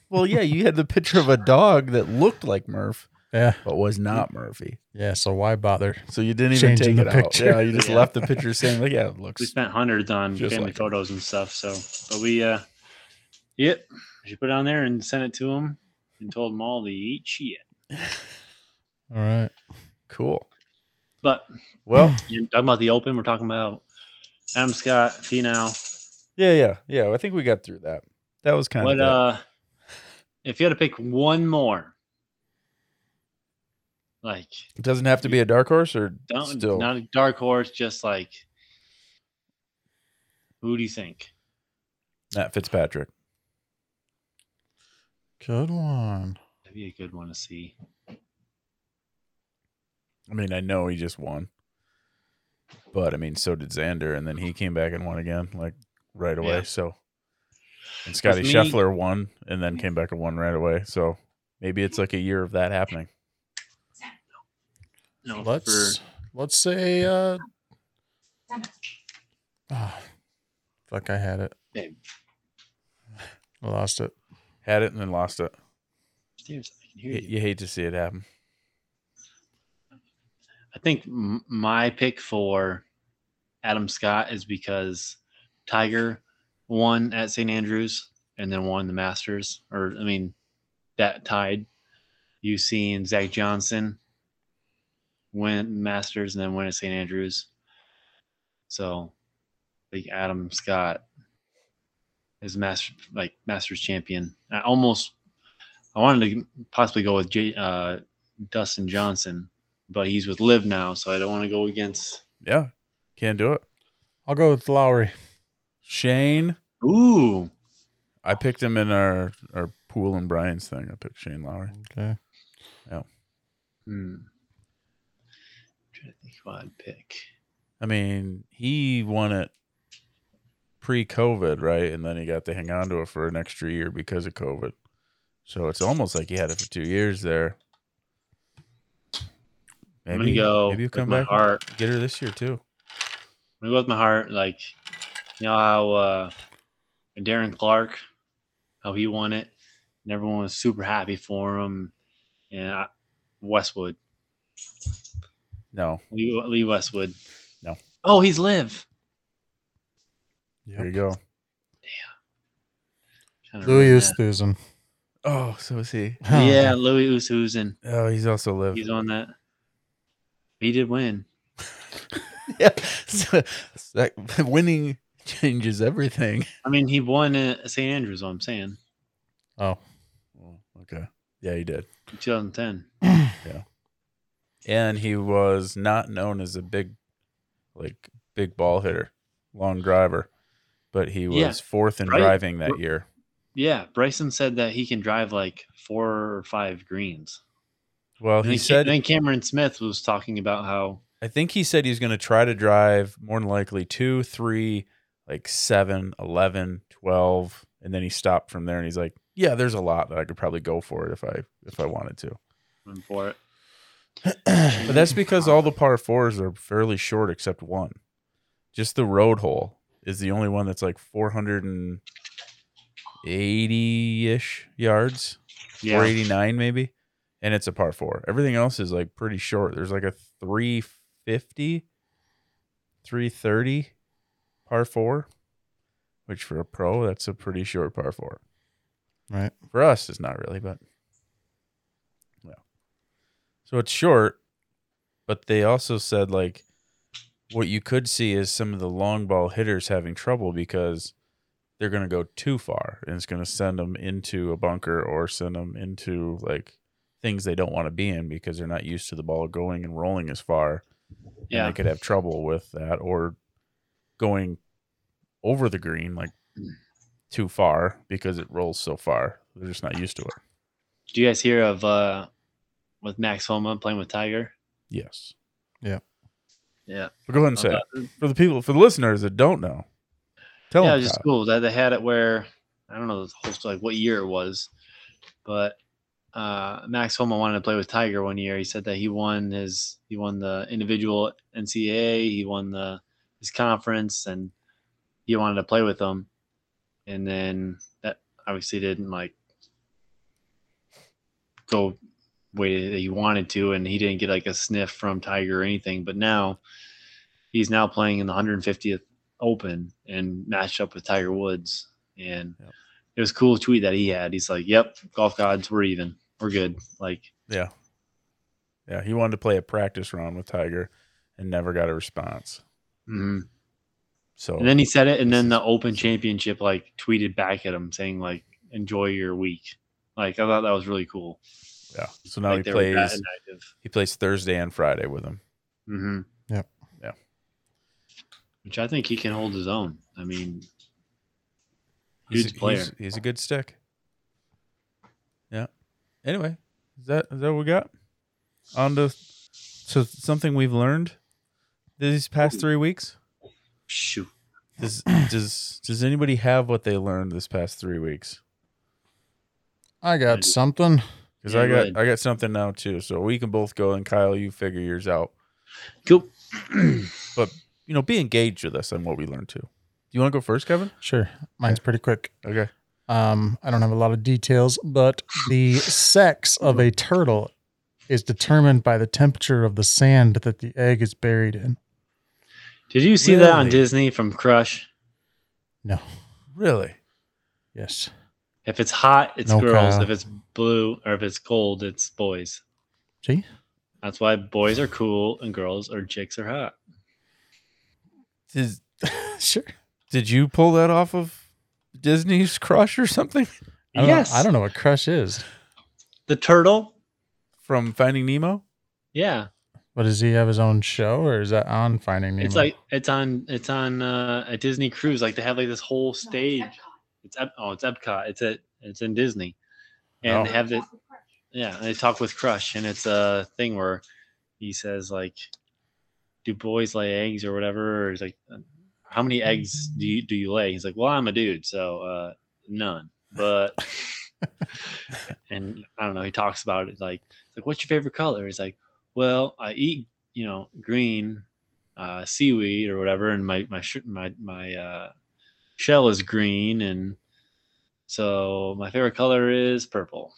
[SPEAKER 4] Well, yeah, you had the picture of a dog that looked like Murph,
[SPEAKER 1] Yeah,
[SPEAKER 4] but was not Murphy.
[SPEAKER 1] yeah. So why bother?
[SPEAKER 2] So you didn't even
[SPEAKER 1] Changing
[SPEAKER 2] take
[SPEAKER 1] the
[SPEAKER 2] it
[SPEAKER 1] picture.
[SPEAKER 2] out. Yeah, you just
[SPEAKER 3] Yeah.
[SPEAKER 2] left the picture saying, like, yeah, it
[SPEAKER 3] We
[SPEAKER 2] looks.
[SPEAKER 3] spent hundreds on
[SPEAKER 2] Just
[SPEAKER 3] family
[SPEAKER 2] like it.
[SPEAKER 3] photos and stuff. So, but we, uh, yep. She put it on there and sent it to them and told them all they eat shit.
[SPEAKER 1] All right.
[SPEAKER 4] Cool.
[SPEAKER 3] But
[SPEAKER 4] Well,
[SPEAKER 3] you're talking about the open. We're talking about Adam Scott, Finau.
[SPEAKER 4] yeah, yeah, yeah. I think we got through that. That was kind
[SPEAKER 3] What
[SPEAKER 4] of. the-
[SPEAKER 3] uh, if you had to pick one more, like
[SPEAKER 4] it doesn't have to be a dark horse or
[SPEAKER 3] don't
[SPEAKER 4] still.
[SPEAKER 3] not a dark horse, just like who do you think?
[SPEAKER 4] Matt Fitzpatrick.
[SPEAKER 1] Good one.
[SPEAKER 3] That'd be a good one to see.
[SPEAKER 2] I mean, I know he just won, but I mean, so did Xander, and then he came back and won again, like right away.
[SPEAKER 3] Yeah.
[SPEAKER 2] So, and Scotty
[SPEAKER 3] me-
[SPEAKER 2] Scheffler won, and then came back and won right away. So maybe it's like a year of that happening.
[SPEAKER 3] No,
[SPEAKER 1] Let's
[SPEAKER 3] for
[SPEAKER 1] let's say uh ah, fuck I had it.
[SPEAKER 3] Babe.
[SPEAKER 1] I lost it.
[SPEAKER 2] Had it and then lost it.
[SPEAKER 3] Steve's- I can hear
[SPEAKER 2] You,
[SPEAKER 3] you.
[SPEAKER 2] you hate to see it happen.
[SPEAKER 3] I think m- my pick for Adam Scott is because Tiger won at St. Andrews and then won the Masters, or I mean, that tied UC and Zach Johnson win Masters and then win at St. Andrews. So, like Adam Scott is master like Masters champion. I almost I wanted to possibly go with J, uh, Dustin Johnson but he's with Liv now, so I don't want to go against.
[SPEAKER 2] Yeah, can't do it.
[SPEAKER 1] I'll go with Lowry.
[SPEAKER 2] Shane,
[SPEAKER 3] Ooh,
[SPEAKER 2] I picked him in our our pool and Brian's thing. I picked Shane Lowry.
[SPEAKER 1] Okay.
[SPEAKER 3] hmm. trying to think who I'd pick.
[SPEAKER 2] I mean, he won it pre-COVID, right? And then he got to hang on to it for an extra year because of COVID. So it's almost like he had it for two years there.
[SPEAKER 3] I'm gonna go
[SPEAKER 2] Maybe you
[SPEAKER 3] with
[SPEAKER 2] come
[SPEAKER 3] my
[SPEAKER 2] back. and
[SPEAKER 3] heart.
[SPEAKER 2] Get her this year too.
[SPEAKER 3] I'm gonna go with my heart. Like, you know how uh, Darren Clark, how he won it, and everyone was super happy for him. And I, Westwood,
[SPEAKER 2] No,
[SPEAKER 3] Lee, Lee Westwood.
[SPEAKER 2] No.
[SPEAKER 3] Oh, he's Liv.
[SPEAKER 2] there you go.
[SPEAKER 3] Kinda
[SPEAKER 1] Louis
[SPEAKER 3] ruined that.
[SPEAKER 1] Oosthuizen.
[SPEAKER 2] Oh, so is he?
[SPEAKER 3] Yeah, Louis Oosthuizen.
[SPEAKER 2] Oh, he's also lived.
[SPEAKER 3] He's on that. He did win.
[SPEAKER 2] yeah, so, that, winning changes everything.
[SPEAKER 3] I mean, he won at St. Andrews. What I'm saying,
[SPEAKER 1] Oh.
[SPEAKER 2] Oh, okay. Yeah, he did.
[SPEAKER 3] in 2010.
[SPEAKER 2] and he was not known as a big like big ball hitter long driver but he was
[SPEAKER 3] Yeah,
[SPEAKER 2] fourth in
[SPEAKER 3] right.
[SPEAKER 2] driving that
[SPEAKER 3] R-
[SPEAKER 2] year
[SPEAKER 3] Yeah, Bryson said that he can drive like four or five greens.
[SPEAKER 2] well
[SPEAKER 3] And
[SPEAKER 2] he
[SPEAKER 3] then Ca-
[SPEAKER 2] said
[SPEAKER 3] Then Cameron Smith was talking about how
[SPEAKER 2] i think he said he's going to try to drive more than likely two three like seven eleven twelve and then he stopped from there and he's like yeah there's a lot that i could probably go for it if i if i wanted to
[SPEAKER 3] went for it.
[SPEAKER 2] But that's because all the par fours are fairly short except one. Just the road hole is the only one that's like 480 ish yards,
[SPEAKER 3] Yeah,
[SPEAKER 2] 489 maybe. And it's a par four. Everything else is like pretty short. There's like a 350, 330 par four, which for a pro, that's a pretty short par four.
[SPEAKER 1] Right.
[SPEAKER 2] For us, it's not really, but yeah. So it's short, but they also said like what you could see is some of the long ball hitters having trouble because they're going to go too far and it's going to send them into a bunker or send them into like things they don't want to be in because they're not used to the ball going and rolling as far and
[SPEAKER 3] yeah.
[SPEAKER 2] they could have trouble with that or going over the green like too far because it rolls so far. They're just not used to it.
[SPEAKER 3] Do you guys hear of uh with Max Homa playing with Tiger?
[SPEAKER 2] Yes.
[SPEAKER 3] Yeah,
[SPEAKER 2] But go ahead and
[SPEAKER 3] I
[SPEAKER 2] say it.
[SPEAKER 3] thought-
[SPEAKER 2] for the people for the listeners that don't know. Tell
[SPEAKER 3] yeah, it
[SPEAKER 2] them.
[SPEAKER 3] was just
[SPEAKER 2] Kyle.
[SPEAKER 3] cool that they had it where I don't know the whole like what year it was, but uh, Max Homa wanted to play with Tiger one year. He said that he won his he won the individual NCAA, he won the his conference, and he wanted to play with him. And then that obviously didn't like go way that he wanted to, and he didn't get like a sniff from Tiger or anything. But now he's now playing in the 150th Open and matched up with Tiger Woods, and
[SPEAKER 2] Yep.
[SPEAKER 3] it was a cool tweet that he had. He's like, "Yep, golf gods, we're even. We're good." Like,
[SPEAKER 2] Yeah. Yeah. He wanted to play a practice round with Tiger and never got a response.
[SPEAKER 3] mhm.
[SPEAKER 2] So
[SPEAKER 3] and then he said it, and then the Open Championship like tweeted back at him saying like, "Enjoy your week." Like, I thought that was really cool.
[SPEAKER 2] yeah. So now
[SPEAKER 3] like,
[SPEAKER 2] he
[SPEAKER 3] they were that
[SPEAKER 2] plays
[SPEAKER 3] inactive.
[SPEAKER 2] he plays Thursday and Friday with him.
[SPEAKER 3] Mm-hmm.
[SPEAKER 1] Yep.
[SPEAKER 2] Yeah.
[SPEAKER 3] Which I think he can hold his own. I mean,
[SPEAKER 2] He's,
[SPEAKER 3] Huge player.
[SPEAKER 2] he's, he's a good stick. Yeah. Anyway, is that is that what we got? On to so something we've learned these past three weeks.
[SPEAKER 3] shoot.
[SPEAKER 2] Does does does anybody have what they learned this past three weeks?
[SPEAKER 1] I
[SPEAKER 3] I do.
[SPEAKER 1] got something.
[SPEAKER 2] Because
[SPEAKER 3] Yeah,
[SPEAKER 2] I
[SPEAKER 3] go
[SPEAKER 2] got
[SPEAKER 3] ahead.
[SPEAKER 2] I got something now too. So we can both go and Kyle, you figure yours out.
[SPEAKER 3] Cool.
[SPEAKER 2] You know, be engaged with us on what we learned too. Do you want to go first, Kevin?
[SPEAKER 1] Sure. Mine's pretty quick.
[SPEAKER 2] Okay.
[SPEAKER 1] Um, I don't have a lot of details, but the sex of a turtle is determined by the temperature of the sand that the egg is buried in.
[SPEAKER 3] Did you see that on
[SPEAKER 2] Really?
[SPEAKER 3] Disney from Crush?
[SPEAKER 1] No.
[SPEAKER 2] Really?
[SPEAKER 1] Yes.
[SPEAKER 3] If it's hot, it's
[SPEAKER 1] No,
[SPEAKER 3] girls.
[SPEAKER 1] Kyle.
[SPEAKER 3] If it's blue or if it's cold, it's boys.
[SPEAKER 1] See?
[SPEAKER 3] That's why boys are cool and girls or chicks are hot.
[SPEAKER 2] Did
[SPEAKER 1] sure.
[SPEAKER 2] did you pull that off of Disney's Crush or something
[SPEAKER 1] I don't
[SPEAKER 3] yes.
[SPEAKER 1] Know, I don't know what crush is.
[SPEAKER 3] The turtle?
[SPEAKER 2] from Finding Nemo?
[SPEAKER 3] Yeah.
[SPEAKER 1] But does he have his own show, or is that on Finding Nemo?
[SPEAKER 3] It's like it's on it's on uh, a Disney cruise. Like they have like this whole
[SPEAKER 5] No,
[SPEAKER 3] stage.
[SPEAKER 5] Epcot.
[SPEAKER 3] It's Ep- oh, it's Epcot. It's at it's in Disney, and
[SPEAKER 2] Oh.
[SPEAKER 3] they have the
[SPEAKER 5] Chocolate crunch.
[SPEAKER 3] yeah. They talk with Crush, and it's a thing where he says like, "Do boys lay eggs or whatever?" Or he's like, "How many eggs do you do you lay?" He's like, "Well, I'm a dude, so uh, none." But and I don't know. He talks about it like like, "What's your favorite color?" He's like, "Well, I eat you know green uh, seaweed or whatever, and my my sh- my my uh, shell is green, and so my favorite color is purple."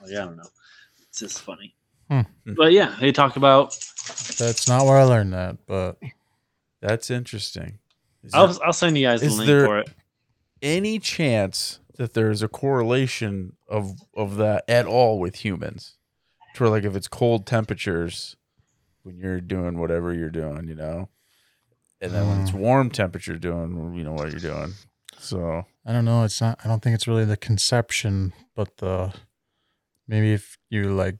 [SPEAKER 3] Like, I don't know. It's just funny.
[SPEAKER 1] Hmm.
[SPEAKER 3] But yeah, they talk about.
[SPEAKER 1] That's not where I learned that, but
[SPEAKER 2] That's interesting. Is there
[SPEAKER 3] I'll, I'll send you guys the
[SPEAKER 2] is
[SPEAKER 3] link
[SPEAKER 2] there-
[SPEAKER 3] for it.
[SPEAKER 2] any chance that there is a correlation of of that at all with humans? To where like if it's cold temperatures when you're doing whatever you're doing, you know, and then when it's warm temperature doing you know what you're doing. So
[SPEAKER 1] I don't know. It's not. I don't think it's really the conception, but the maybe if you like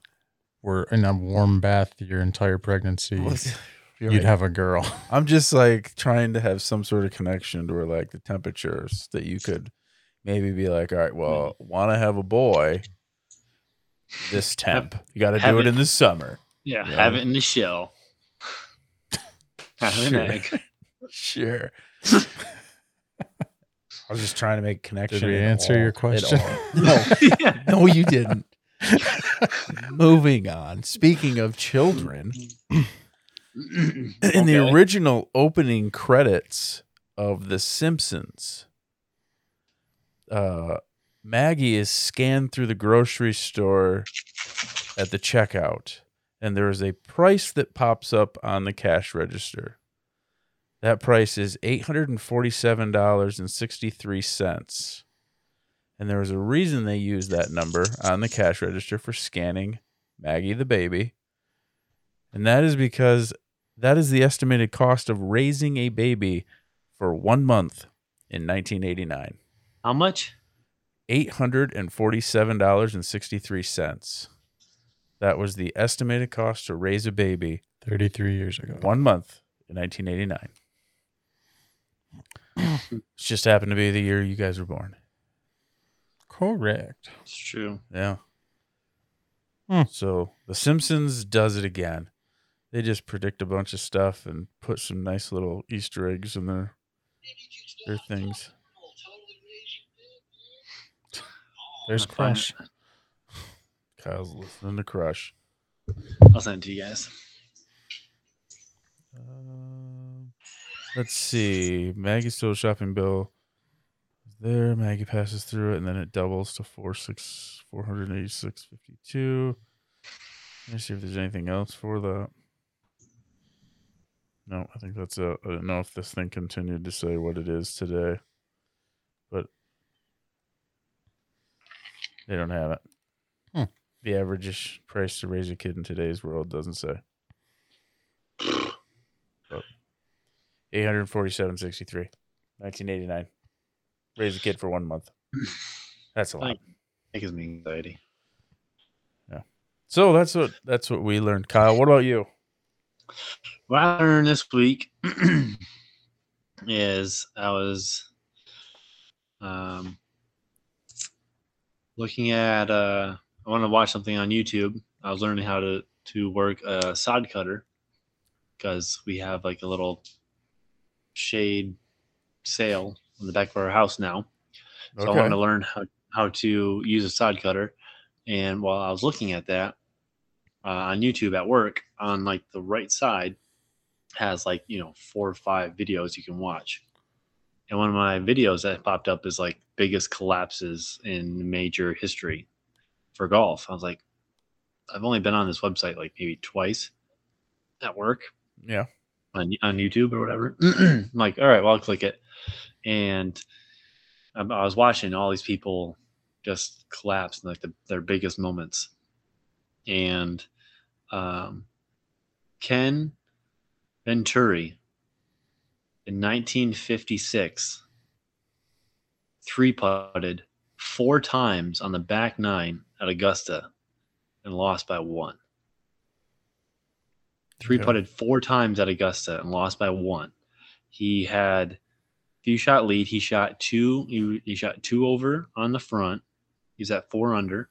[SPEAKER 1] were in a warm bath your entire pregnancy,
[SPEAKER 2] You're
[SPEAKER 1] you'd
[SPEAKER 2] right.
[SPEAKER 1] have a girl.
[SPEAKER 2] I'm just like trying to have some sort of connection to where like the temperatures that you could maybe be like, all right, well, want to have a boy this temp. You got to
[SPEAKER 3] have
[SPEAKER 2] do it
[SPEAKER 3] it-
[SPEAKER 2] in the summer.
[SPEAKER 3] Yeah,
[SPEAKER 2] Yeah.
[SPEAKER 3] have it in the shell. have an
[SPEAKER 2] Sure.
[SPEAKER 3] egg.
[SPEAKER 2] Sure. I was just trying to make a connection.
[SPEAKER 1] Did we
[SPEAKER 2] at
[SPEAKER 1] answer your
[SPEAKER 2] all- at
[SPEAKER 1] question?
[SPEAKER 2] all. No,
[SPEAKER 3] Yeah.
[SPEAKER 2] no, you didn't. Moving on. Speaking of children, in the
[SPEAKER 3] Okay.
[SPEAKER 2] original opening credits of The Simpsons, uh, Maggie is scanned through the grocery store at the checkout, and there is a price that pops up on the cash register. That price is $847.63. And there was a reason they used that number on the cash register for scanning Maggie the baby. And that is because that is the estimated cost of raising a baby for one month in 1989.
[SPEAKER 3] How much?
[SPEAKER 2] $847.63. That was the estimated cost to raise a baby
[SPEAKER 1] Thirty-three years ago.
[SPEAKER 2] one month in 1989. It's just happened to be the year you guys were born.
[SPEAKER 1] Correct.
[SPEAKER 3] It's true.
[SPEAKER 2] Yeah.
[SPEAKER 1] Hmm.
[SPEAKER 2] So The Simpsons does it again. They just predict a bunch of stuff and put some nice little Easter eggs in their their things.
[SPEAKER 1] There's
[SPEAKER 3] I'll find
[SPEAKER 1] Crush.
[SPEAKER 2] Kyle's listening to Crush.
[SPEAKER 3] I'll send it to you guys.
[SPEAKER 2] Um, let's see. Maggie's still shopping bill. There, Maggie passes through it, and then it doubles to four six four hundred eighty six fifty two. Let me see if there's anything else for that. No, I think that's it. I don't know if this thing continued to say what it is today, but They don't have it.
[SPEAKER 1] Hmm.
[SPEAKER 2] The average price to raise a kid in today's world doesn't say. Eight hundred forty-seven sixty-three, nineteen eighty-nine. Raise a kid for one month. That's a lot.
[SPEAKER 3] Like- It gives me anxiety.
[SPEAKER 2] So that's what that's what we learned, Kyle. What about you?
[SPEAKER 3] What I learned this week is I was um, looking at. Uh, I wanted to watch something on YouTube. I was learning how to to work a sod cutter because we have like a little shade sail on the back of our house now. So I wanted to learn how, how to use a sod cutter. And while I was looking at that uh, on YouTube at work, on like the right side has like, you know, four or five videos you can watch. And one of my videos that popped up is like biggest collapses in major history for golf. I was like, I've only been on this website like maybe twice at work
[SPEAKER 2] Yeah.
[SPEAKER 3] on on YouTube or whatever. I'm like, all right, well, I'll click it. And I, I was watching all these people just collapse in like the, their biggest moments. And um, Ken Venturi in 1956 three putted four times on the back nine at Augusta and lost by one. Three
[SPEAKER 2] Okay.
[SPEAKER 3] putted four times at Augusta and lost by one. He had few shot lead. He shot two. He, he shot two over on the front. He's at four under.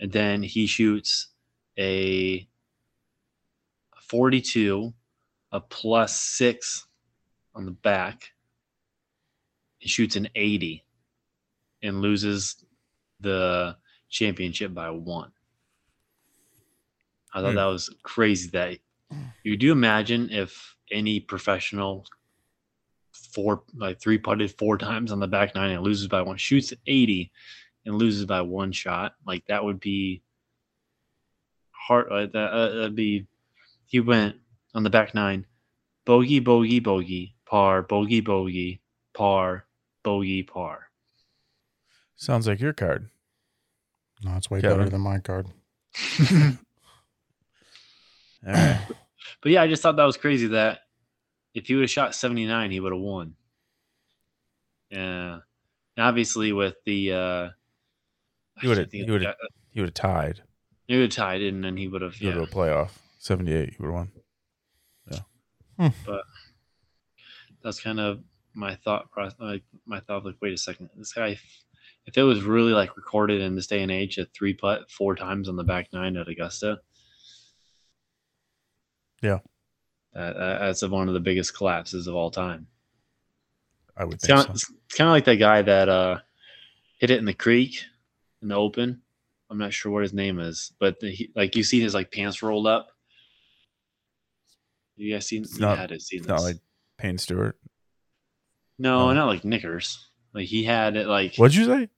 [SPEAKER 3] And then he shoots a 42, a plus six on the back. He shoots an 80 and loses the championship by one. I thought
[SPEAKER 2] Hmm.
[SPEAKER 3] that was crazy. That you do imagine if any professional four like three putted four times on the back nine and loses by one, shoots 80 and loses by one shot. Like that would be hard. Uh, that uh, that'd be he went on the back nine, bogey, bogey, bogey, par, bogey, bogey, par, bogey, par.
[SPEAKER 2] Sounds like your card.
[SPEAKER 1] No, it's way better
[SPEAKER 2] Kevin.
[SPEAKER 1] than my card.
[SPEAKER 2] All right.
[SPEAKER 3] But yeah, I just thought that was crazy that if he would have shot 79, he would have won. Yeah. And obviously, with the. Uh,
[SPEAKER 2] He would've-
[SPEAKER 3] I think uh,
[SPEAKER 2] he would've- He would have tied.
[SPEAKER 3] He would have tied it, and then he would have.
[SPEAKER 2] He would
[SPEAKER 3] Yeah.
[SPEAKER 2] have a playoff. Seventy-eight. He would have won.
[SPEAKER 3] That's kind of my thought process. Like, my thought, like, wait a second. This guy, if it was really like recorded in this day and age, a three putt four times on the back nine at Augusta.
[SPEAKER 2] Yeah.
[SPEAKER 3] That, that- that's one of the biggest collapses of all time.
[SPEAKER 2] I would
[SPEAKER 3] It's
[SPEAKER 2] think
[SPEAKER 3] kind,
[SPEAKER 2] so.
[SPEAKER 3] of, it's kind of like that guy that uh, hit it in the creek in the open. I'm not sure what his name is, but the, he, like you see his like pants rolled up. You guys seen?
[SPEAKER 2] It's
[SPEAKER 3] you
[SPEAKER 2] not-
[SPEAKER 3] had to see
[SPEAKER 2] It's
[SPEAKER 3] this.
[SPEAKER 2] not like Payne Stewart.
[SPEAKER 3] no,
[SPEAKER 2] no.
[SPEAKER 3] not like knickers. Like he had it like
[SPEAKER 2] What'd you say?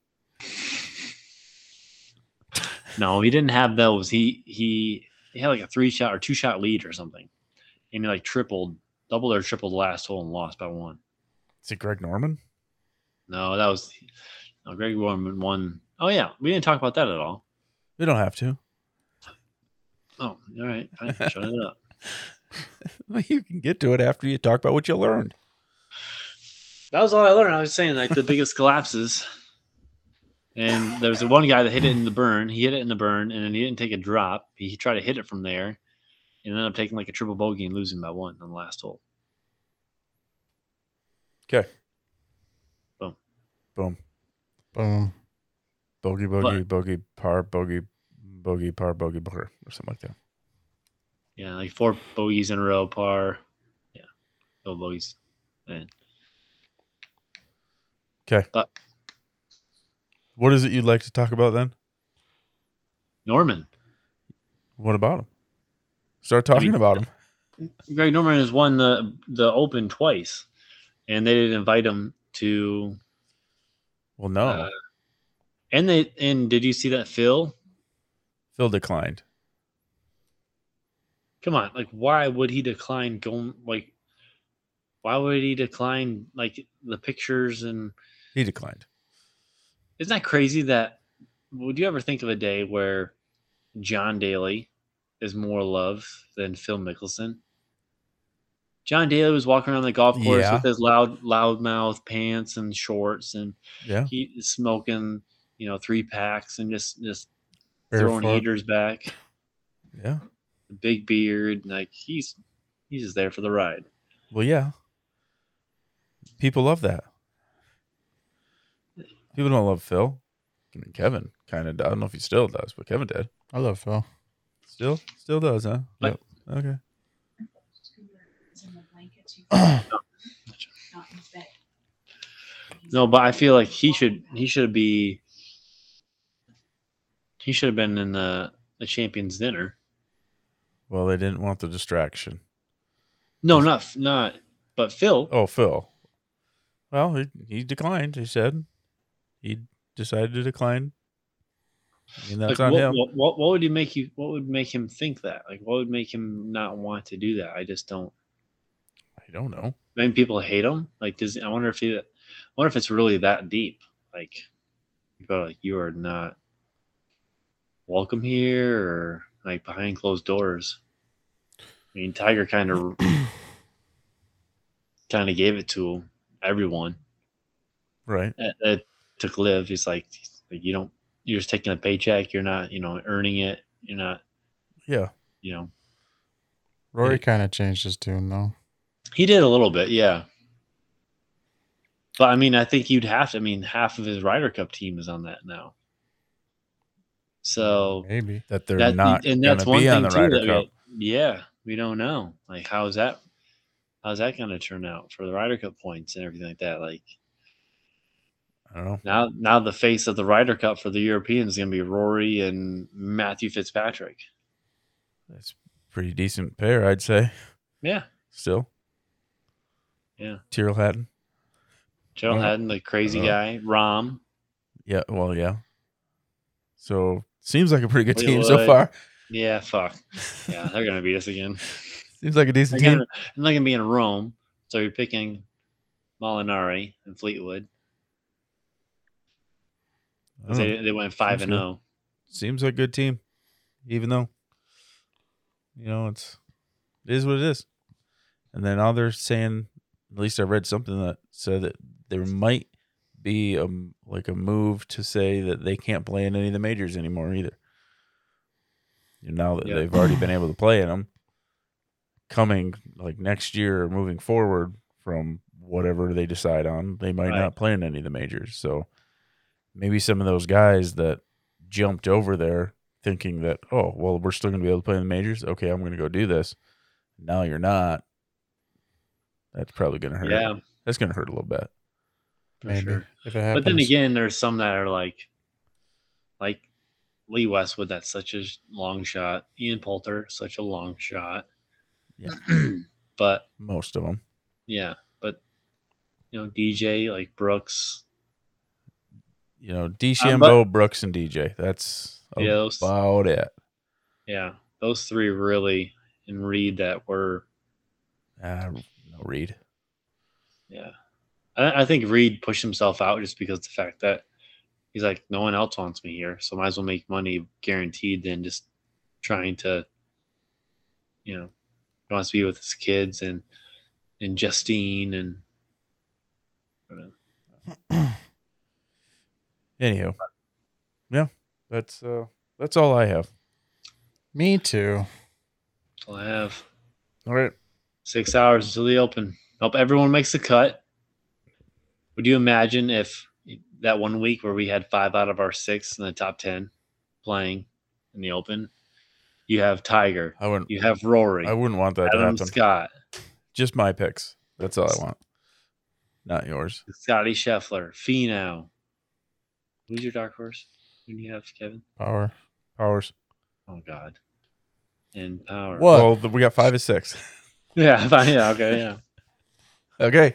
[SPEAKER 3] no, he didn't have those. He he he had like a three shot or two shot lead or something, and he like tripled, doubled or tripled the last hole and lost by one.
[SPEAKER 2] Is it Greg Norman?
[SPEAKER 3] No, that was no, Greg Norman won. Oh yeah, we didn't talk about that at all.
[SPEAKER 2] We don't have to.
[SPEAKER 3] Oh, all right, I shut it up.
[SPEAKER 4] Well, you can get to it after you talk about what you learned.
[SPEAKER 3] That was all I learned. I was saying like the biggest collapses. And there was the one guy that hit it in the burn. He hit it in the burn, and then he didn't take a drop. He, he tried to hit it from there, and ended up taking like a triple bogey and losing by one on the last hole.
[SPEAKER 2] Boom.
[SPEAKER 1] Boom.
[SPEAKER 2] Bogey, bogey, bogey, par, bogey, bogey, par, bogey, booger, or something like that.
[SPEAKER 3] Yeah, like four bogeys in a row, par. Yeah, no bogeys. Man.
[SPEAKER 2] 'Kay.
[SPEAKER 3] But
[SPEAKER 2] What is it you'd like to talk about then?
[SPEAKER 3] Norman,
[SPEAKER 2] What about him? Start talking
[SPEAKER 3] mean-
[SPEAKER 2] about him.
[SPEAKER 3] Greg Norman has won the the Open twice, and they didn't invite him to
[SPEAKER 2] Well, no.
[SPEAKER 3] Uh, And they and did you see that Phil?
[SPEAKER 2] Phil declined.
[SPEAKER 3] Come on, like why would he decline going like why would he decline like the pictures and
[SPEAKER 2] He declined.
[SPEAKER 3] Isn't that crazy that would you ever think of a day where John Daly is more loved than Phil Mickelson? John Daly was walking around the golf course
[SPEAKER 2] Yeah.
[SPEAKER 3] with his loud loudmouth pants and shorts and
[SPEAKER 2] Yeah.
[SPEAKER 3] he is smoking, you know, three packs and just just throwing
[SPEAKER 1] Barefoot.
[SPEAKER 3] heaters back,
[SPEAKER 2] Yeah.
[SPEAKER 3] big beard, and, like he's he's just there for the ride.
[SPEAKER 2] Well, yeah. People love that. People don't love Phil. I mean, Kevin kind of. I don't know if he still does, but Kevin did.
[SPEAKER 1] I love Phil.
[SPEAKER 2] Still, still does, huh?
[SPEAKER 3] But-
[SPEAKER 2] Yep. Okay.
[SPEAKER 5] It's in the blanket too. Not in his bed. He's-
[SPEAKER 3] No, but I feel like he should he should be he should have been in the the champions dinner.
[SPEAKER 2] Well, they didn't want the distraction.
[SPEAKER 3] No, not not but Phil.
[SPEAKER 2] Oh, Phil. Well, he, he declined. He said he decided to decline. I mean, Oh, that's
[SPEAKER 3] like,
[SPEAKER 2] on
[SPEAKER 3] what,
[SPEAKER 2] him.
[SPEAKER 3] What, what what would you make you what would make him think that? Like what would make him not want to do that? I just don't
[SPEAKER 2] I don't know.
[SPEAKER 3] Maybe people hate him. Like, does I wonder if he, I wonder if it's really that deep. Like, people are like you are not welcome here, or like behind closed doors. I mean, Tiger kind of, kind of gave it to everyone
[SPEAKER 2] Right.
[SPEAKER 3] that, that took live. He's like, like, you don't, you're just taking a paycheck. You're not, you know, earning it. You're not,
[SPEAKER 2] Yeah.
[SPEAKER 3] you know.
[SPEAKER 1] Rory kind of changed his tune though.
[SPEAKER 3] He did a little bit, yeah. But I mean, I think you'd have to. I mean, half of his Ryder Cup team is on that now. So
[SPEAKER 1] Maybe.
[SPEAKER 2] That they're
[SPEAKER 3] that
[SPEAKER 2] not going
[SPEAKER 3] and that's
[SPEAKER 2] to
[SPEAKER 3] one
[SPEAKER 2] be on
[SPEAKER 3] thing
[SPEAKER 2] the
[SPEAKER 3] too.
[SPEAKER 2] Ryder
[SPEAKER 3] that we-
[SPEAKER 2] Cup.
[SPEAKER 3] yeah, we don't know. Like, how's that? How's that going to turn out for the Ryder Cup points and everything like that? Like
[SPEAKER 2] I don't know.
[SPEAKER 3] now, now the face of the Ryder Cup for the Europeans is going to be Rory and Matthew Fitzpatrick.
[SPEAKER 2] That's a pretty decent pair, I'd say.
[SPEAKER 3] Yeah,
[SPEAKER 2] Still.
[SPEAKER 3] Yeah.
[SPEAKER 2] Tyrrell Hatton.
[SPEAKER 3] Gerald
[SPEAKER 2] Uh,
[SPEAKER 3] Haddon, the crazy
[SPEAKER 2] uh,
[SPEAKER 3] guy, Rom.
[SPEAKER 2] Yeah. Well, yeah. So seems like a pretty good
[SPEAKER 3] We
[SPEAKER 2] team so
[SPEAKER 3] would.
[SPEAKER 2] far.
[SPEAKER 3] Yeah, fuck. Yeah, they're going to beat us again.
[SPEAKER 2] Seems like a decent
[SPEAKER 3] Again,
[SPEAKER 2] team.
[SPEAKER 3] I'm not gonna be in Rome, so you're picking Molinari and Fleetwood.
[SPEAKER 1] Oh,
[SPEAKER 2] I don't know.
[SPEAKER 3] They, they went five and oh.
[SPEAKER 2] good.
[SPEAKER 3] zero.
[SPEAKER 2] Seems like a good team, even though you know it's it is what it is. And then now they're saying, at least I read something that said that there might be a like a move to say that they can't play in any of the majors anymore either. And now that
[SPEAKER 3] Yeah.
[SPEAKER 2] they've already been able to play in them, coming like next year or moving forward from whatever they decide on, they might
[SPEAKER 3] Right.
[SPEAKER 2] not play in any of the majors. So maybe some of those guys that jumped over there thinking that, oh, well, we're still going to be able to play in the majors. Okay, I'm going to go do this. Now you're not. That's probably going to hurt.
[SPEAKER 3] Yeah,
[SPEAKER 2] That's going to hurt a little bit.
[SPEAKER 3] for
[SPEAKER 1] Maybe.
[SPEAKER 3] sure.
[SPEAKER 1] If it happens.
[SPEAKER 3] But then again, there's some that are like, like Lee Westwood, that's such a long shot. Ian Poulter, such a long shot.
[SPEAKER 2] Yeah.
[SPEAKER 3] but
[SPEAKER 2] Most of them.
[SPEAKER 3] yeah, but you know DJ like Brooks,
[SPEAKER 2] You know,
[SPEAKER 3] Um,
[SPEAKER 2] DeChambeau,
[SPEAKER 3] but-
[SPEAKER 2] Brooks, and DJ. That's
[SPEAKER 3] Yeah, those-
[SPEAKER 2] about it.
[SPEAKER 3] yeah, those three really and Reed that were
[SPEAKER 2] Ah, no read.
[SPEAKER 3] Yeah, I, I think Reed pushed himself out just because the fact that he's like, no one else wants me here, so might as well make money guaranteed than just trying to, you know, he wants to be with his kids and and Justine and
[SPEAKER 2] Anyhow, yeah, that's uh, that's all I have.
[SPEAKER 1] Me too.
[SPEAKER 3] I'll have
[SPEAKER 2] All right,
[SPEAKER 3] six hours until the open. Hope everyone makes the cut. Would you imagine if that one week where we had five out of our six in the top ten playing in the open, you have Tiger,
[SPEAKER 2] I wouldn't.
[SPEAKER 3] You have Rory,
[SPEAKER 2] I wouldn't want that to
[SPEAKER 3] Adam
[SPEAKER 2] happen.
[SPEAKER 3] Scott,
[SPEAKER 2] Just my picks. That's all I want. Not yours.
[SPEAKER 3] Scotty Scheffler, Finau. Who's your dark horse? Who do you have, Kevin?
[SPEAKER 1] Power.
[SPEAKER 2] Powers.
[SPEAKER 3] Oh God. And Power.
[SPEAKER 1] What?
[SPEAKER 2] Well, th- we got five and six.
[SPEAKER 3] Yeah, fine, yeah, okay, yeah.
[SPEAKER 2] okay,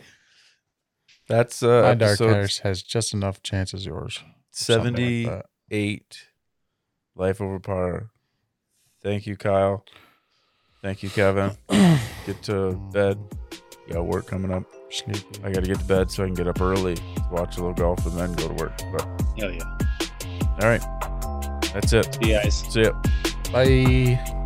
[SPEAKER 2] that's uh,
[SPEAKER 1] My dark
[SPEAKER 2] episode
[SPEAKER 1] horse has just enough chance as yours. Something like
[SPEAKER 2] seventy.
[SPEAKER 1] that.
[SPEAKER 2] eight life over par thank you kyle thank you kevin get to bed you got work coming up
[SPEAKER 1] Sleepy.
[SPEAKER 2] I got to get to bed so I can get up early, watch a little golf, and then go to work. But
[SPEAKER 3] Hell yeah.
[SPEAKER 2] all right, that's it.
[SPEAKER 3] See you guys.
[SPEAKER 2] See ya.
[SPEAKER 1] Bye.